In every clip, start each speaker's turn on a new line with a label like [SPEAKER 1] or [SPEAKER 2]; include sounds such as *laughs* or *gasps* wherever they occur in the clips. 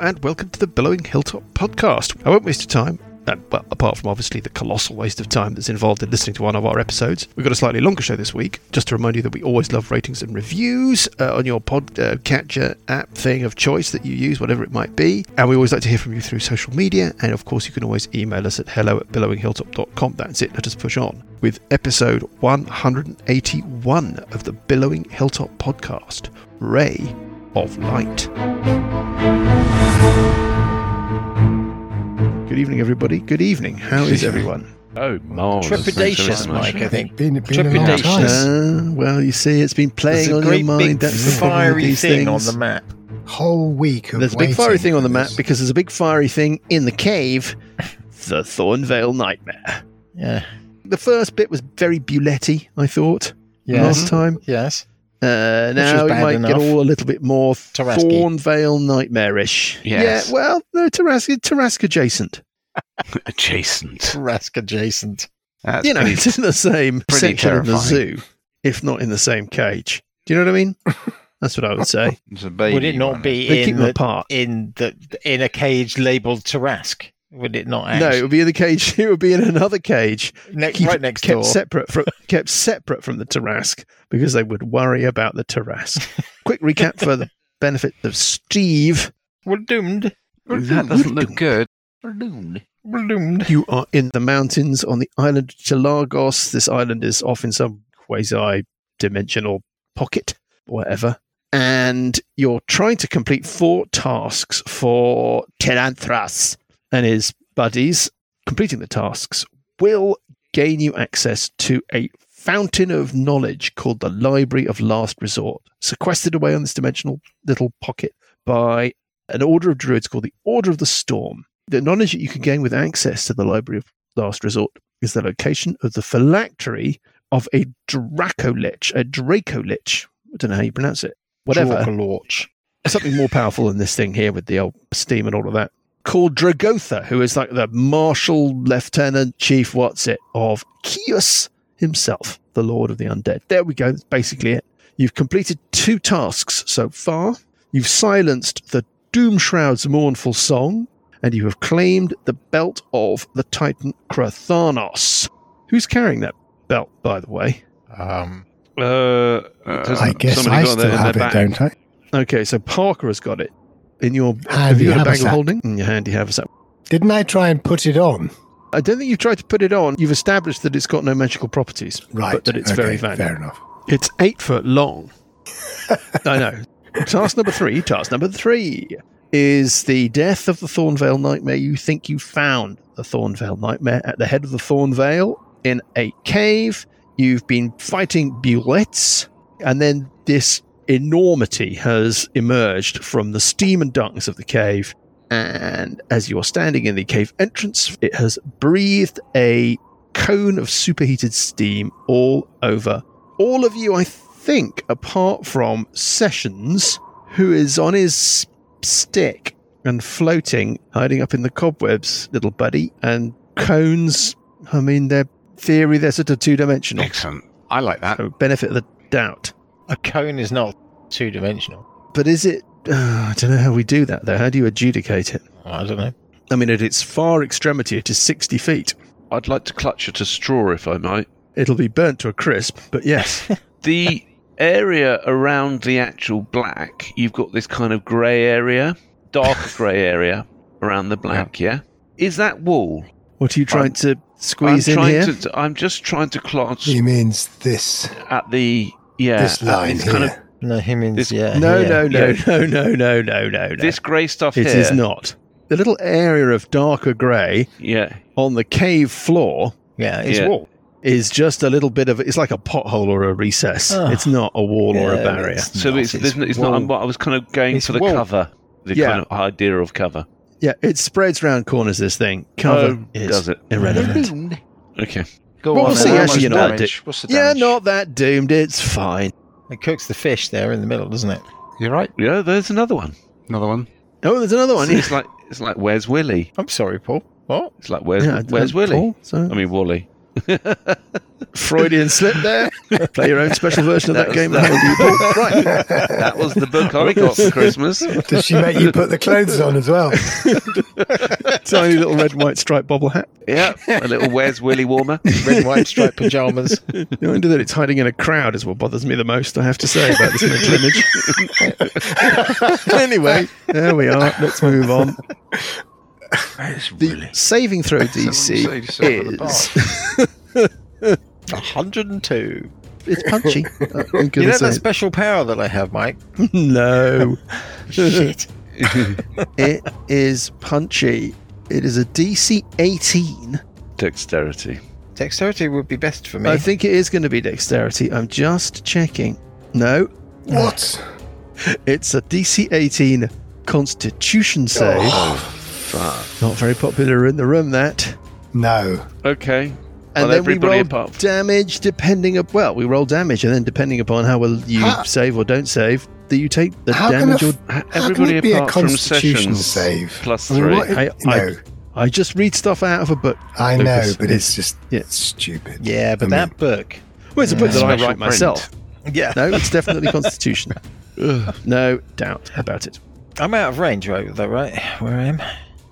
[SPEAKER 1] and welcome to the Billowing Hilltop podcast. I won't waste your time. Um, well, apart from obviously the colossal waste of time that's involved in listening to one of our episodes, we've got a slightly longer show this week. Just to remind you that we always love ratings and reviews uh, on your pod uh, catcher app thing of choice that you use, whatever it might be. And we always like to hear from you through social media. And of course, you can always email us at hello at billowinghilltop.com. That's it. Let us push on with episode 181 of the Billowing Hilltop podcast Ray of Light. Good evening, everybody. Good evening. How is everyone?
[SPEAKER 2] Oh, Mars.
[SPEAKER 3] Trepidatious, Mike, I think.
[SPEAKER 4] Been, been
[SPEAKER 3] Trepidation.
[SPEAKER 4] A long time.
[SPEAKER 1] Uh, well, you see, it's been
[SPEAKER 3] There's
[SPEAKER 1] playing
[SPEAKER 3] a
[SPEAKER 1] on
[SPEAKER 3] great
[SPEAKER 1] your mind.
[SPEAKER 3] big
[SPEAKER 1] That's the problem with
[SPEAKER 3] fiery
[SPEAKER 1] these
[SPEAKER 3] thing
[SPEAKER 1] things.
[SPEAKER 3] on the map.
[SPEAKER 4] Whole week of
[SPEAKER 1] There's a big fiery
[SPEAKER 4] waiting
[SPEAKER 1] thing on the
[SPEAKER 4] for
[SPEAKER 1] map
[SPEAKER 4] this.
[SPEAKER 1] because there's a big fiery thing in the cave, the Thornvale Nightmare.
[SPEAKER 3] Yeah.
[SPEAKER 1] The first bit was very Buletti, I thought,
[SPEAKER 4] yes,
[SPEAKER 1] last time.
[SPEAKER 4] yes.
[SPEAKER 1] Uh,
[SPEAKER 3] was
[SPEAKER 1] now it
[SPEAKER 3] Mm-hmm. bad
[SPEAKER 1] might get
[SPEAKER 3] enough.
[SPEAKER 1] all a little bit more
[SPEAKER 3] Tarasque.
[SPEAKER 1] Thornvale Nightmarish.
[SPEAKER 2] Yes.
[SPEAKER 1] Yeah, well, no, Tarasque, Tarasque adjacent.
[SPEAKER 2] adjacent.
[SPEAKER 4] Rask adjacent.
[SPEAKER 2] That's
[SPEAKER 1] you know,
[SPEAKER 2] pretty-
[SPEAKER 1] it's in the same
[SPEAKER 2] pretty
[SPEAKER 1] section of the
[SPEAKER 2] terrifying.
[SPEAKER 1] zoo, if not in the same cage. Do you know what I mean? That's what I would say.
[SPEAKER 2] it's a baby
[SPEAKER 3] Would it not
[SPEAKER 2] one.
[SPEAKER 3] be
[SPEAKER 1] They keep
[SPEAKER 3] in
[SPEAKER 1] them
[SPEAKER 3] the,
[SPEAKER 1] apart.
[SPEAKER 3] in the in a cage labelled Tarask? Would it not?
[SPEAKER 1] No, it
[SPEAKER 3] Ash?
[SPEAKER 1] would be in the cage. *laughs* It would be in another cage,
[SPEAKER 3] Ne-
[SPEAKER 1] keep-
[SPEAKER 3] right next
[SPEAKER 1] kept
[SPEAKER 3] door.
[SPEAKER 1] separate from *laughs* kept separate from the Tarasque because they would worry about the Tarasque. Quick recap for the benefit of Steve.
[SPEAKER 3] We're doomed.
[SPEAKER 2] That doesn't look good. Balloon.
[SPEAKER 3] We're doomed.
[SPEAKER 1] You are in the mountains on the island of Chalagos. This island is off in some quasi dimensional pocket, whatever. And you're trying to complete four tasks for Telanthras and his buddies. Completing the tasks will gain you access to a fountain of knowledge called the Library of Last Resort, sequestered away on this dimensional little pocket by an order of druids called the Order of the Storm. The knowledge that you can gain with access to the Library of Last Resort is the location of the phylactery of a Dracolich, a Dracolich. I don't know how you pronounce it. Whatever.
[SPEAKER 4] Launch.
[SPEAKER 1] Something more powerful than this thing here with the old steam and all of that. Called Dragotha, who is like the Marshal Lieutenant Chief, what's it, of Kios himself, the Lord of the Undead. There we go. That's basically it. You've completed two tasks so far. You've silenced the Doom Shroud's mournful song, and you have claimed the belt of the Titan Krathanos. Who's carrying that belt, by the way?
[SPEAKER 4] Um,
[SPEAKER 2] Uh, uh,
[SPEAKER 4] I guess I still have it, don't I?
[SPEAKER 1] Okay, so Parker has got it in your.
[SPEAKER 4] Ah,
[SPEAKER 1] have
[SPEAKER 4] the
[SPEAKER 1] you got a bag of
[SPEAKER 4] haversack.
[SPEAKER 1] holding in your handy haversack?
[SPEAKER 4] Didn't I try and put it on?
[SPEAKER 1] I don't think you've tried to put it on. You've established that it's got no magical properties,
[SPEAKER 4] Right.
[SPEAKER 1] But that it's
[SPEAKER 4] okay,
[SPEAKER 1] very valuable.
[SPEAKER 4] Fair enough.
[SPEAKER 1] It's eight foot long. I know. Task number three. Task number three is the death of the Thornvale Nightmare. You think you found the Thornvale Nightmare at the head of the Thornvale in a cave. You've been fighting Bulettes, and then this enormity has emerged from the steam and darkness of the cave. And as you're standing in the cave entrance, it has breathed a cone of superheated steam all over all of you, I think, apart from Sessions, who is on his stick and floating, hiding up in the cobwebs, little buddy, and cones. I mean, their theory, they're sort of two dimensional.
[SPEAKER 2] Excellent. I like that.
[SPEAKER 1] So benefit of the doubt.
[SPEAKER 3] A cone is not two dimensional.
[SPEAKER 1] But is it. *sighs* Uh, I don't know how we do that, though. How do you adjudicate it?
[SPEAKER 3] I don't know.
[SPEAKER 1] I mean, at its far extremity, it is 60 feet.
[SPEAKER 2] I'd like to clutch at a straw if I might.
[SPEAKER 1] It'll be burnt to a crisp, but
[SPEAKER 2] *laughs*
[SPEAKER 1] yes.
[SPEAKER 2] The area around the actual black, you've got this kind of grey area, dark grey area around the black. Yeah. Is that wall?
[SPEAKER 1] what are you trying to squeeze
[SPEAKER 2] I'm
[SPEAKER 1] in
[SPEAKER 2] trying
[SPEAKER 1] here?
[SPEAKER 2] to. I'm just trying to clutch
[SPEAKER 4] He means this.
[SPEAKER 2] at the. Yeah.
[SPEAKER 4] this
[SPEAKER 2] at
[SPEAKER 4] line
[SPEAKER 2] this
[SPEAKER 4] here.
[SPEAKER 2] kind of
[SPEAKER 3] No, he means
[SPEAKER 2] This-
[SPEAKER 3] yeah.
[SPEAKER 1] No,
[SPEAKER 3] yeah.
[SPEAKER 1] no, no,
[SPEAKER 2] Yeah.
[SPEAKER 1] no, no, no, no, no, no.
[SPEAKER 2] this grey stuff
[SPEAKER 1] It is
[SPEAKER 2] here.
[SPEAKER 1] not. The little area of darker grey
[SPEAKER 2] Yeah.
[SPEAKER 1] on the cave floor
[SPEAKER 3] Yeah, it's
[SPEAKER 2] Yeah.
[SPEAKER 3] wall.
[SPEAKER 1] is just a little bit of it's like a pothole or a recess.
[SPEAKER 3] Oh.
[SPEAKER 1] It's not a wall or a
[SPEAKER 3] Yeah,
[SPEAKER 1] barrier.
[SPEAKER 3] that's-
[SPEAKER 2] So
[SPEAKER 3] No,
[SPEAKER 2] it's
[SPEAKER 3] it's
[SPEAKER 2] it's, it's not.
[SPEAKER 3] wool.
[SPEAKER 2] I was kind of going
[SPEAKER 3] It's
[SPEAKER 2] for the
[SPEAKER 3] wool.
[SPEAKER 2] cover, the
[SPEAKER 1] Yeah.
[SPEAKER 2] kind of idea of cover.
[SPEAKER 1] Yeah, it spreads round corners. This thing cover
[SPEAKER 2] Oh,
[SPEAKER 1] is
[SPEAKER 2] does it?
[SPEAKER 1] irrelevant.
[SPEAKER 2] Okay.
[SPEAKER 3] Go
[SPEAKER 1] Well,
[SPEAKER 3] on.
[SPEAKER 1] we'll
[SPEAKER 3] then.
[SPEAKER 1] see,
[SPEAKER 3] How
[SPEAKER 1] actually,
[SPEAKER 3] much
[SPEAKER 1] you know, I
[SPEAKER 3] damage?
[SPEAKER 1] did-
[SPEAKER 3] What's the
[SPEAKER 1] Yeah,
[SPEAKER 3] damage?
[SPEAKER 1] not that doomed. It's fine.
[SPEAKER 3] It cooks the fish there in the middle, doesn't it?
[SPEAKER 5] You're right.
[SPEAKER 2] Yeah, there's another one.
[SPEAKER 5] Another one.
[SPEAKER 1] Oh, there's another one.
[SPEAKER 2] See, it's like it's like where's Willie?
[SPEAKER 3] I'm sorry, Paul. What?
[SPEAKER 2] It's like where's
[SPEAKER 1] Yeah,
[SPEAKER 2] where's
[SPEAKER 1] and
[SPEAKER 2] Willie?
[SPEAKER 1] Paul, so-
[SPEAKER 2] I mean Wally.
[SPEAKER 1] Freudian slip there. *laughs* Play your own special version of that,
[SPEAKER 2] was-
[SPEAKER 1] game.
[SPEAKER 2] That,
[SPEAKER 1] Howard.
[SPEAKER 2] Oh, right. That was the book I got for Christmas.
[SPEAKER 4] Does she make you put the clothes on as well?
[SPEAKER 1] Tiny little red and white striped bobble hat.
[SPEAKER 2] Yeah, a little Where's Willy warmer.
[SPEAKER 3] Red and white striped pajamas.
[SPEAKER 1] The idea that it's hiding in a crowd is what bothers me the most, I have to say, about this mental image. *laughs* anyway, there we are. *laughs* *laughs* Let's move on.
[SPEAKER 5] That's
[SPEAKER 1] The
[SPEAKER 5] really.
[SPEAKER 1] saving throw DC
[SPEAKER 5] Seventy-seven at the
[SPEAKER 1] is *laughs*
[SPEAKER 3] 102.
[SPEAKER 1] it's *laughs* punchy. I'm
[SPEAKER 3] You
[SPEAKER 1] gonna
[SPEAKER 3] know
[SPEAKER 1] say
[SPEAKER 3] that special power that I have, Mike?
[SPEAKER 1] no. *laughs* Shit. *laughs* it is punchy. It is a DC 18.
[SPEAKER 2] Dexterity.
[SPEAKER 3] Dexterity would be best for me.
[SPEAKER 1] I think it is going to be dexterity. I'm just checking. No,
[SPEAKER 4] What?
[SPEAKER 1] it's a DC 18
[SPEAKER 4] Oh,
[SPEAKER 1] Constitution save. Not very popular in the room. That.
[SPEAKER 4] No.
[SPEAKER 2] Okay.
[SPEAKER 1] and then
[SPEAKER 2] Well,
[SPEAKER 1] we
[SPEAKER 2] everybody
[SPEAKER 1] roll
[SPEAKER 2] apart from-
[SPEAKER 1] damage depending up well we roll damage and then depending upon how well you
[SPEAKER 4] How-
[SPEAKER 1] save or don't save that you take the
[SPEAKER 4] How can
[SPEAKER 1] damage
[SPEAKER 4] a
[SPEAKER 1] or
[SPEAKER 4] f-
[SPEAKER 2] Ha-
[SPEAKER 4] How can
[SPEAKER 2] Everybody
[SPEAKER 4] it be a
[SPEAKER 2] apart from
[SPEAKER 4] constitution
[SPEAKER 2] sessions
[SPEAKER 4] save?
[SPEAKER 2] plus
[SPEAKER 4] I mean,
[SPEAKER 2] three.
[SPEAKER 4] what-
[SPEAKER 1] I,
[SPEAKER 4] no.
[SPEAKER 1] I, I just read stuff out of a book
[SPEAKER 4] I know,
[SPEAKER 1] Lucas,
[SPEAKER 4] but it's, just
[SPEAKER 1] yeah.
[SPEAKER 4] stupid.
[SPEAKER 3] yeah, but
[SPEAKER 4] I
[SPEAKER 3] that book.
[SPEAKER 1] well it's a book that I
[SPEAKER 2] Special
[SPEAKER 1] write
[SPEAKER 2] print.
[SPEAKER 1] myself
[SPEAKER 3] Yeah.
[SPEAKER 1] no it's definitely *laughs* constitution no doubt about it
[SPEAKER 3] I'm out of range, right? Though, right? Where I am?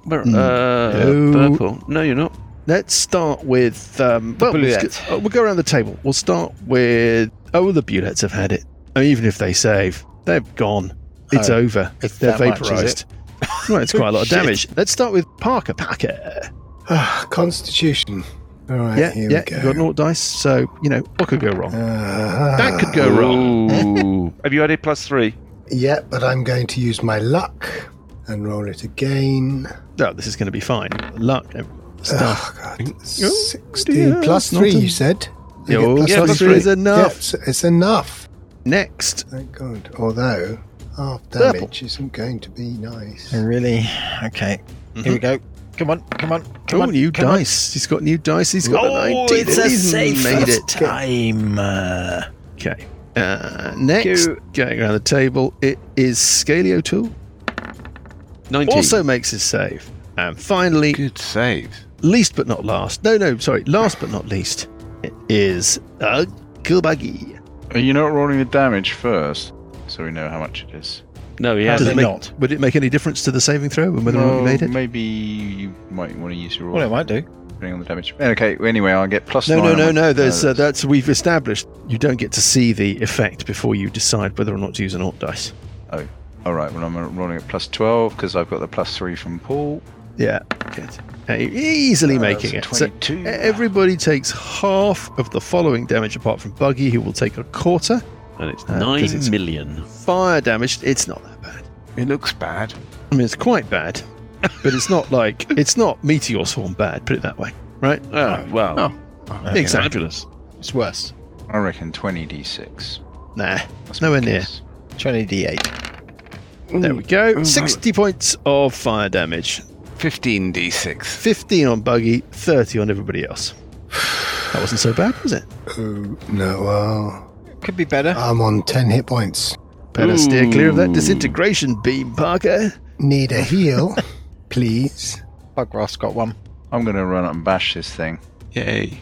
[SPEAKER 2] Where-
[SPEAKER 1] Mm.
[SPEAKER 2] uh,
[SPEAKER 1] No.
[SPEAKER 2] Purple. No, you're not.
[SPEAKER 1] let's start with um, well
[SPEAKER 3] bullet.
[SPEAKER 1] let's go- oh, we'll go around the table we'll start with oh the bullets have had it I mean, even if they save they're gone it's
[SPEAKER 3] Oh,
[SPEAKER 1] over
[SPEAKER 3] it's
[SPEAKER 1] they're
[SPEAKER 3] that much, is
[SPEAKER 1] vaporized *laughs* well it's quite a lot of damage let's start with Parker Packer
[SPEAKER 4] Ah, Constitution. All right,
[SPEAKER 1] yeah,
[SPEAKER 4] here
[SPEAKER 1] yeah.
[SPEAKER 4] we
[SPEAKER 1] You got an
[SPEAKER 4] go.
[SPEAKER 1] alt dice, so you know what could go wrong.
[SPEAKER 4] Ah,
[SPEAKER 1] That could go wrong.
[SPEAKER 2] Ooh. *laughs* Have you added plus three?
[SPEAKER 4] Yeah, but I'm going to use my luck and roll it again.
[SPEAKER 3] Uh,
[SPEAKER 1] No, Oh, this is going to be fine. Luck. eh, Stuff.
[SPEAKER 4] Oh, God.
[SPEAKER 1] Oh,
[SPEAKER 4] 16
[SPEAKER 1] dear,
[SPEAKER 4] plus
[SPEAKER 1] that's
[SPEAKER 4] 3,
[SPEAKER 1] not a-
[SPEAKER 4] you said? I get
[SPEAKER 1] Yo,
[SPEAKER 4] plus
[SPEAKER 1] yeah,
[SPEAKER 4] three.
[SPEAKER 1] plus three is
[SPEAKER 4] Yeah,
[SPEAKER 1] enough.
[SPEAKER 4] it's, it's enough.
[SPEAKER 1] Next,
[SPEAKER 4] Thank God. Although, half
[SPEAKER 1] Purple.
[SPEAKER 4] damage isn't going to be nice.
[SPEAKER 3] Really? Okay.
[SPEAKER 1] Mm-hmm.
[SPEAKER 3] Here we go. Come on, come on, come
[SPEAKER 1] oh,
[SPEAKER 3] on.
[SPEAKER 1] new
[SPEAKER 3] come on.
[SPEAKER 1] dice. He's got new dice. He's got a
[SPEAKER 3] Oh,
[SPEAKER 1] nineteen.
[SPEAKER 3] it's a
[SPEAKER 1] He's
[SPEAKER 3] safe
[SPEAKER 1] Made it.
[SPEAKER 3] time. Uh,
[SPEAKER 1] Okay. Uh, next,
[SPEAKER 3] Go.
[SPEAKER 1] going around the table, it is Scaly O'Toole.
[SPEAKER 2] 19.
[SPEAKER 1] Also makes his save. And finally,
[SPEAKER 5] Good save.
[SPEAKER 1] least but not last. No, no, sorry. Last but not least, it is uh, Kilbuggy.
[SPEAKER 5] Are you not rolling the damage first? So we know how much it is.
[SPEAKER 2] no, he
[SPEAKER 1] Does
[SPEAKER 3] Does
[SPEAKER 1] it
[SPEAKER 3] it
[SPEAKER 2] hasn't.
[SPEAKER 1] make-
[SPEAKER 3] not?
[SPEAKER 1] Would it make any difference to the saving throw and whether or not you
[SPEAKER 5] Well,
[SPEAKER 1] made it?
[SPEAKER 5] Maybe you might want to use your roll
[SPEAKER 3] Well, it might do.
[SPEAKER 5] depending on the damage. Okay, well, anyway, I'll get plus
[SPEAKER 1] No,
[SPEAKER 5] nine.
[SPEAKER 1] no,
[SPEAKER 5] on
[SPEAKER 1] no,
[SPEAKER 5] my-
[SPEAKER 1] no. There's uh,
[SPEAKER 5] that's-
[SPEAKER 1] that's we've established. You don't get to see the effect before you decide whether or not to use an alt dice.
[SPEAKER 5] Oh, all right. Well, I'm rolling at plus 12 because I've got the plus three from Paul.
[SPEAKER 1] Yeah, good. Uh, you're easily making it.
[SPEAKER 5] that's
[SPEAKER 1] So e-,
[SPEAKER 5] 22.
[SPEAKER 1] everybody takes half of the following damage, apart from Buggy, who will take a quarter
[SPEAKER 2] And it's
[SPEAKER 1] Uh, 'cause it's-
[SPEAKER 2] nine million.
[SPEAKER 1] fire damage. It's not that bad.
[SPEAKER 5] It looks bad.
[SPEAKER 1] I mean, it's quite bad, but it's not like it's not meteor swarm bad. Put it that way, right?
[SPEAKER 2] Oh, wow.
[SPEAKER 5] Oh,
[SPEAKER 1] exactly.
[SPEAKER 2] Fabulous.
[SPEAKER 3] It's worse.
[SPEAKER 5] I reckon 20d6.
[SPEAKER 1] Nah,
[SPEAKER 5] That's
[SPEAKER 1] nowhere
[SPEAKER 5] my
[SPEAKER 1] near.
[SPEAKER 5] guess.
[SPEAKER 3] 20d8.
[SPEAKER 1] There we go. Sixty points of fire damage.
[SPEAKER 5] 15d6.
[SPEAKER 1] 15 on Buggy, 30 on everybody else. *sighs* That wasn't so bad, was it?
[SPEAKER 4] Oh, no, well,
[SPEAKER 3] Could be better.
[SPEAKER 4] I'm on 10 hit points.
[SPEAKER 1] Better steer
[SPEAKER 2] Ooh.
[SPEAKER 1] clear of that disintegration beam, Parker.
[SPEAKER 4] Need
[SPEAKER 1] *laughs*
[SPEAKER 4] a heal, please.
[SPEAKER 3] Bug Ross got one.
[SPEAKER 5] I'm going to run up and bash this thing.
[SPEAKER 2] Yay.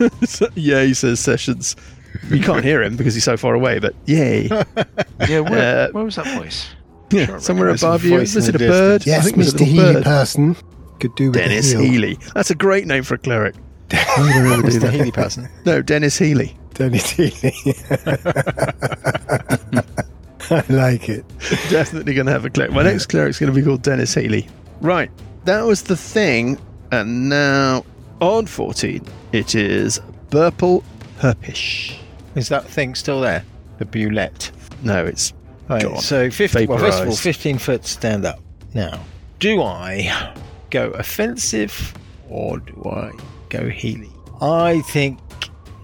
[SPEAKER 1] *laughs* yay, says Sessions. You can't hear him because he's so far away, but yay.
[SPEAKER 5] Yeah,
[SPEAKER 1] Uh,
[SPEAKER 5] where, where was that voice?
[SPEAKER 1] Yeah, Somewhere
[SPEAKER 3] recognize
[SPEAKER 1] above
[SPEAKER 3] the
[SPEAKER 1] you.
[SPEAKER 3] voice
[SPEAKER 1] Is
[SPEAKER 3] in
[SPEAKER 1] it a
[SPEAKER 3] the
[SPEAKER 1] bird? I
[SPEAKER 4] Yes,
[SPEAKER 1] think it was a
[SPEAKER 4] Mr.
[SPEAKER 1] little
[SPEAKER 4] Healy
[SPEAKER 1] bird.
[SPEAKER 4] person. Could do with
[SPEAKER 1] Dennis
[SPEAKER 4] a heal.
[SPEAKER 1] Healy. That's a great name for a cleric. *laughs*
[SPEAKER 3] It's the Healy person.
[SPEAKER 1] No, Dennis Healy.
[SPEAKER 4] *laughs*
[SPEAKER 1] *laughs*
[SPEAKER 4] Dennis Healy. *laughs* I like it.
[SPEAKER 1] Definitely going to have a cleric. My next cleric's going to be called Dennis Healy. Right. That was the thing. And now on 14, it is Burple Herpish.
[SPEAKER 3] Is that thing still there? The Bulette.
[SPEAKER 1] No, it's
[SPEAKER 3] Right,
[SPEAKER 1] Gone.
[SPEAKER 3] so 50, well, first of all,
[SPEAKER 1] Vaporised.
[SPEAKER 3] 15 foot stand up. Now, do I go offensive or do I go Healy? I think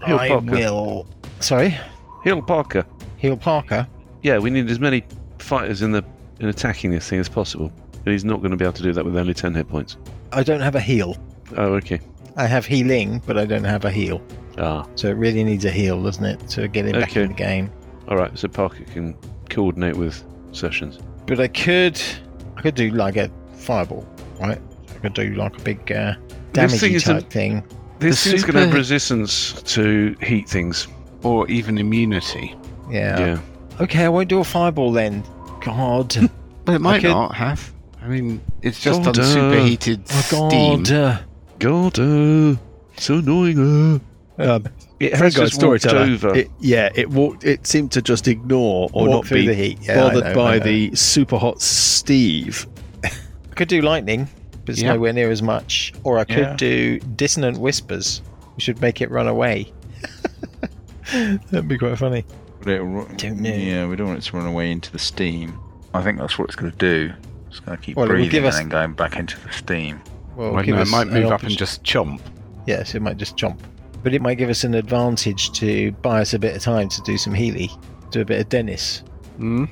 [SPEAKER 2] Heal
[SPEAKER 3] I
[SPEAKER 2] Parker.
[SPEAKER 3] will. Sorry?
[SPEAKER 2] Hill Parker.
[SPEAKER 3] Heal Parker.
[SPEAKER 2] Yeah, we need as many fighters in the in attacking this thing as possible. And he's not going to be able to do that with only 10 hit points.
[SPEAKER 3] I don't have a heal.
[SPEAKER 2] Oh, okay.
[SPEAKER 3] I have healing, but I don't have a heal.
[SPEAKER 2] Ah,
[SPEAKER 3] So it really needs a heal, doesn't it, to get him back
[SPEAKER 2] Okay.
[SPEAKER 3] in the game?
[SPEAKER 2] all right. So Parker can coordinate with Sessions.
[SPEAKER 3] But I could, I could do like a fireball, right? I could do like a big uh,
[SPEAKER 2] This thing
[SPEAKER 3] damagey
[SPEAKER 2] is a-
[SPEAKER 3] type thing.
[SPEAKER 2] This
[SPEAKER 6] The
[SPEAKER 2] thing's going to have
[SPEAKER 6] super-
[SPEAKER 2] resistance to heat things.
[SPEAKER 6] Or even immunity.
[SPEAKER 3] Yeah.
[SPEAKER 2] Yeah.
[SPEAKER 3] Okay, I won't do a fireball then.
[SPEAKER 6] *laughs*
[SPEAKER 3] God.
[SPEAKER 6] But it might
[SPEAKER 3] Okay.
[SPEAKER 6] not have. I mean, it's just
[SPEAKER 2] God,
[SPEAKER 6] on
[SPEAKER 2] uh,
[SPEAKER 6] superheated
[SPEAKER 3] Oh,
[SPEAKER 6] steam.
[SPEAKER 3] God. Uh,
[SPEAKER 2] God, uh, so annoying. Uh.
[SPEAKER 1] Um,
[SPEAKER 2] It
[SPEAKER 1] Very
[SPEAKER 2] has
[SPEAKER 1] good
[SPEAKER 2] just walked
[SPEAKER 1] storyteller.
[SPEAKER 2] over.
[SPEAKER 1] It, yeah, it walked. It seemed to just ignore or
[SPEAKER 3] Walk
[SPEAKER 1] not
[SPEAKER 3] through
[SPEAKER 1] be
[SPEAKER 3] the heat. Yeah, I
[SPEAKER 1] bothered
[SPEAKER 3] know, I
[SPEAKER 1] by
[SPEAKER 3] know.
[SPEAKER 1] the super hot Steve.
[SPEAKER 3] I could do lightning, but it's
[SPEAKER 6] Yeah.
[SPEAKER 3] nowhere near as much. Or I could
[SPEAKER 6] Yeah.
[SPEAKER 3] do dissonant whispers, which would make it run away. *laughs* That'd be quite funny.
[SPEAKER 5] But it'll ru-
[SPEAKER 3] Don't know.
[SPEAKER 5] Yeah, we don't want it to run away into the steam. I think that's what it's going to do. It's going to keep
[SPEAKER 3] Well, it will
[SPEAKER 5] breathing
[SPEAKER 3] give
[SPEAKER 5] and
[SPEAKER 3] us-
[SPEAKER 5] then going back into the steam.
[SPEAKER 3] Well,
[SPEAKER 6] Well,
[SPEAKER 3] give
[SPEAKER 6] no, it
[SPEAKER 3] us
[SPEAKER 6] might
[SPEAKER 3] an
[SPEAKER 6] move up and
[SPEAKER 3] oppor-
[SPEAKER 6] just chomp.
[SPEAKER 3] Yes, it might just chomp. But it might give us an advantage to buy us a bit of time to do some Healy, do a bit of Dennis.
[SPEAKER 4] Hmm?
[SPEAKER 6] Mm.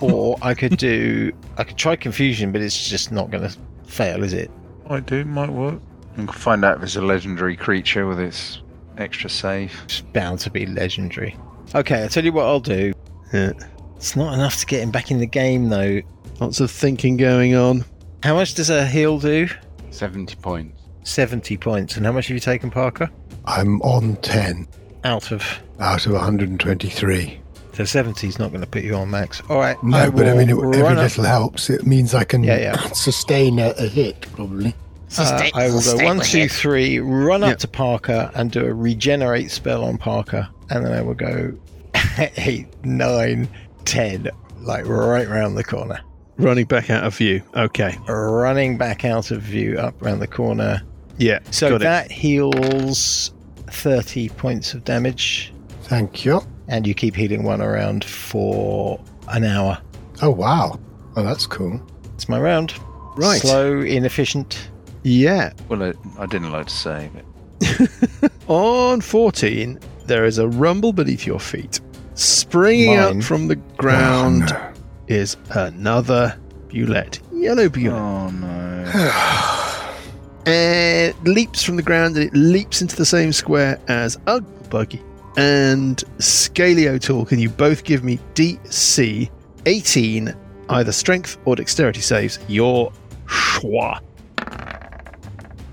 [SPEAKER 3] *laughs* or I could do. I could try confusion, but it's just not going to fail, is it?
[SPEAKER 5] Might do, might work. And we'll find out if it's a legendary creature with its extra save.
[SPEAKER 3] It's bound to be legendary. Okay, I'll tell you what I'll do.
[SPEAKER 1] Yeah.
[SPEAKER 3] It's not enough to get him back in the game, though.
[SPEAKER 1] Lots of thinking going on.
[SPEAKER 3] How much does a heal do?
[SPEAKER 6] 70 points.
[SPEAKER 3] 70 points. And how much have you taken, Parker?
[SPEAKER 4] I'm on 10
[SPEAKER 3] Out of.
[SPEAKER 4] out of 123.
[SPEAKER 3] So 70 is not going to put you on max. All right.
[SPEAKER 4] No, but I
[SPEAKER 3] will
[SPEAKER 4] mean, it,
[SPEAKER 3] run
[SPEAKER 4] every
[SPEAKER 3] up-
[SPEAKER 4] little helps. It means I can
[SPEAKER 3] Yeah, yeah.
[SPEAKER 4] *coughs* sustain a, a hit, probably.
[SPEAKER 3] Uh, I will go one, two, three, run up
[SPEAKER 1] Yeah.
[SPEAKER 3] to Parker and do a regenerate spell on Parker, and then I will go *laughs* eight, nine, ten, like right round the corner,
[SPEAKER 1] Running back out of view. Okay.
[SPEAKER 3] running back out of view, up round the corner.
[SPEAKER 1] Yeah.
[SPEAKER 3] So
[SPEAKER 1] got
[SPEAKER 3] that heals thirty points of damage,
[SPEAKER 4] Thank you.
[SPEAKER 3] and you keep healing one around for an hour.
[SPEAKER 4] Oh, wow. Oh, that's cool.
[SPEAKER 3] It's my round.
[SPEAKER 1] it. Right.
[SPEAKER 3] Slow, inefficient.
[SPEAKER 1] Yeah.
[SPEAKER 5] Well, I, I didn't like to save it.
[SPEAKER 1] On 14, there is a rumble beneath your feet. Springing
[SPEAKER 3] Mine.
[SPEAKER 1] out from the ground
[SPEAKER 4] Oh, no.
[SPEAKER 1] is another Bulette. Yellow Bulette.
[SPEAKER 5] Oh no.
[SPEAKER 1] and leaps from the ground and it leaps into the same square as Ug Buggy and Scaly O'Toole. Can you both give me DC 18, either strength or dexterity saves? Your schwa.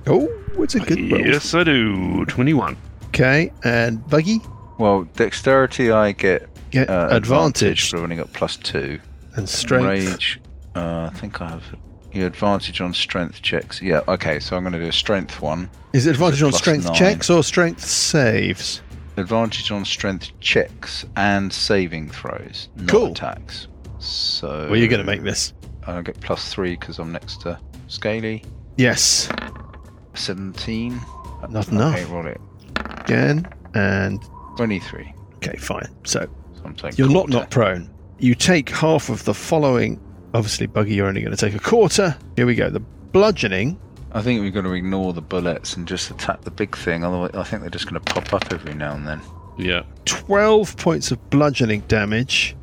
[SPEAKER 1] Oh, it's a good roll.
[SPEAKER 2] yes, I do. 21.
[SPEAKER 1] Okay, and Buggy
[SPEAKER 5] *laughs* Well, dexterity I get
[SPEAKER 1] get
[SPEAKER 5] uh,
[SPEAKER 1] advantage
[SPEAKER 5] advantage, but I've only got plus two.
[SPEAKER 1] and strength.
[SPEAKER 5] Rage. Uh, I think I have your advantage on strength checks. Yeah. Okay. So I'm going to do a strength one.
[SPEAKER 1] Is it advantage on
[SPEAKER 5] Plus
[SPEAKER 1] strength
[SPEAKER 5] nine.
[SPEAKER 1] checks or strength saves?
[SPEAKER 5] Advantage on strength checks and saving throws, not
[SPEAKER 1] Cool.
[SPEAKER 5] attacks. So.
[SPEAKER 1] Well, you're going to make this.
[SPEAKER 5] I get plus three because I'm next to Scaly.
[SPEAKER 1] Yes,
[SPEAKER 5] Seventeen.
[SPEAKER 1] Not
[SPEAKER 5] Okay,
[SPEAKER 1] enough.
[SPEAKER 5] roll it.
[SPEAKER 1] again. And
[SPEAKER 5] Twenty-three.
[SPEAKER 1] okay, fine. So
[SPEAKER 5] So I'm taking
[SPEAKER 1] You're
[SPEAKER 5] cool
[SPEAKER 1] not knocked
[SPEAKER 5] attack.
[SPEAKER 1] prone. You take half of the following. Obviously, Buggy, you're only going to take a quarter. Here we go. The bludgeoning.
[SPEAKER 5] I think we've got to ignore the bullets and just attack the big thing. Otherwise, I think they're just going to pop up every now and then.
[SPEAKER 2] Yeah.
[SPEAKER 1] 12 points of bludgeoning damage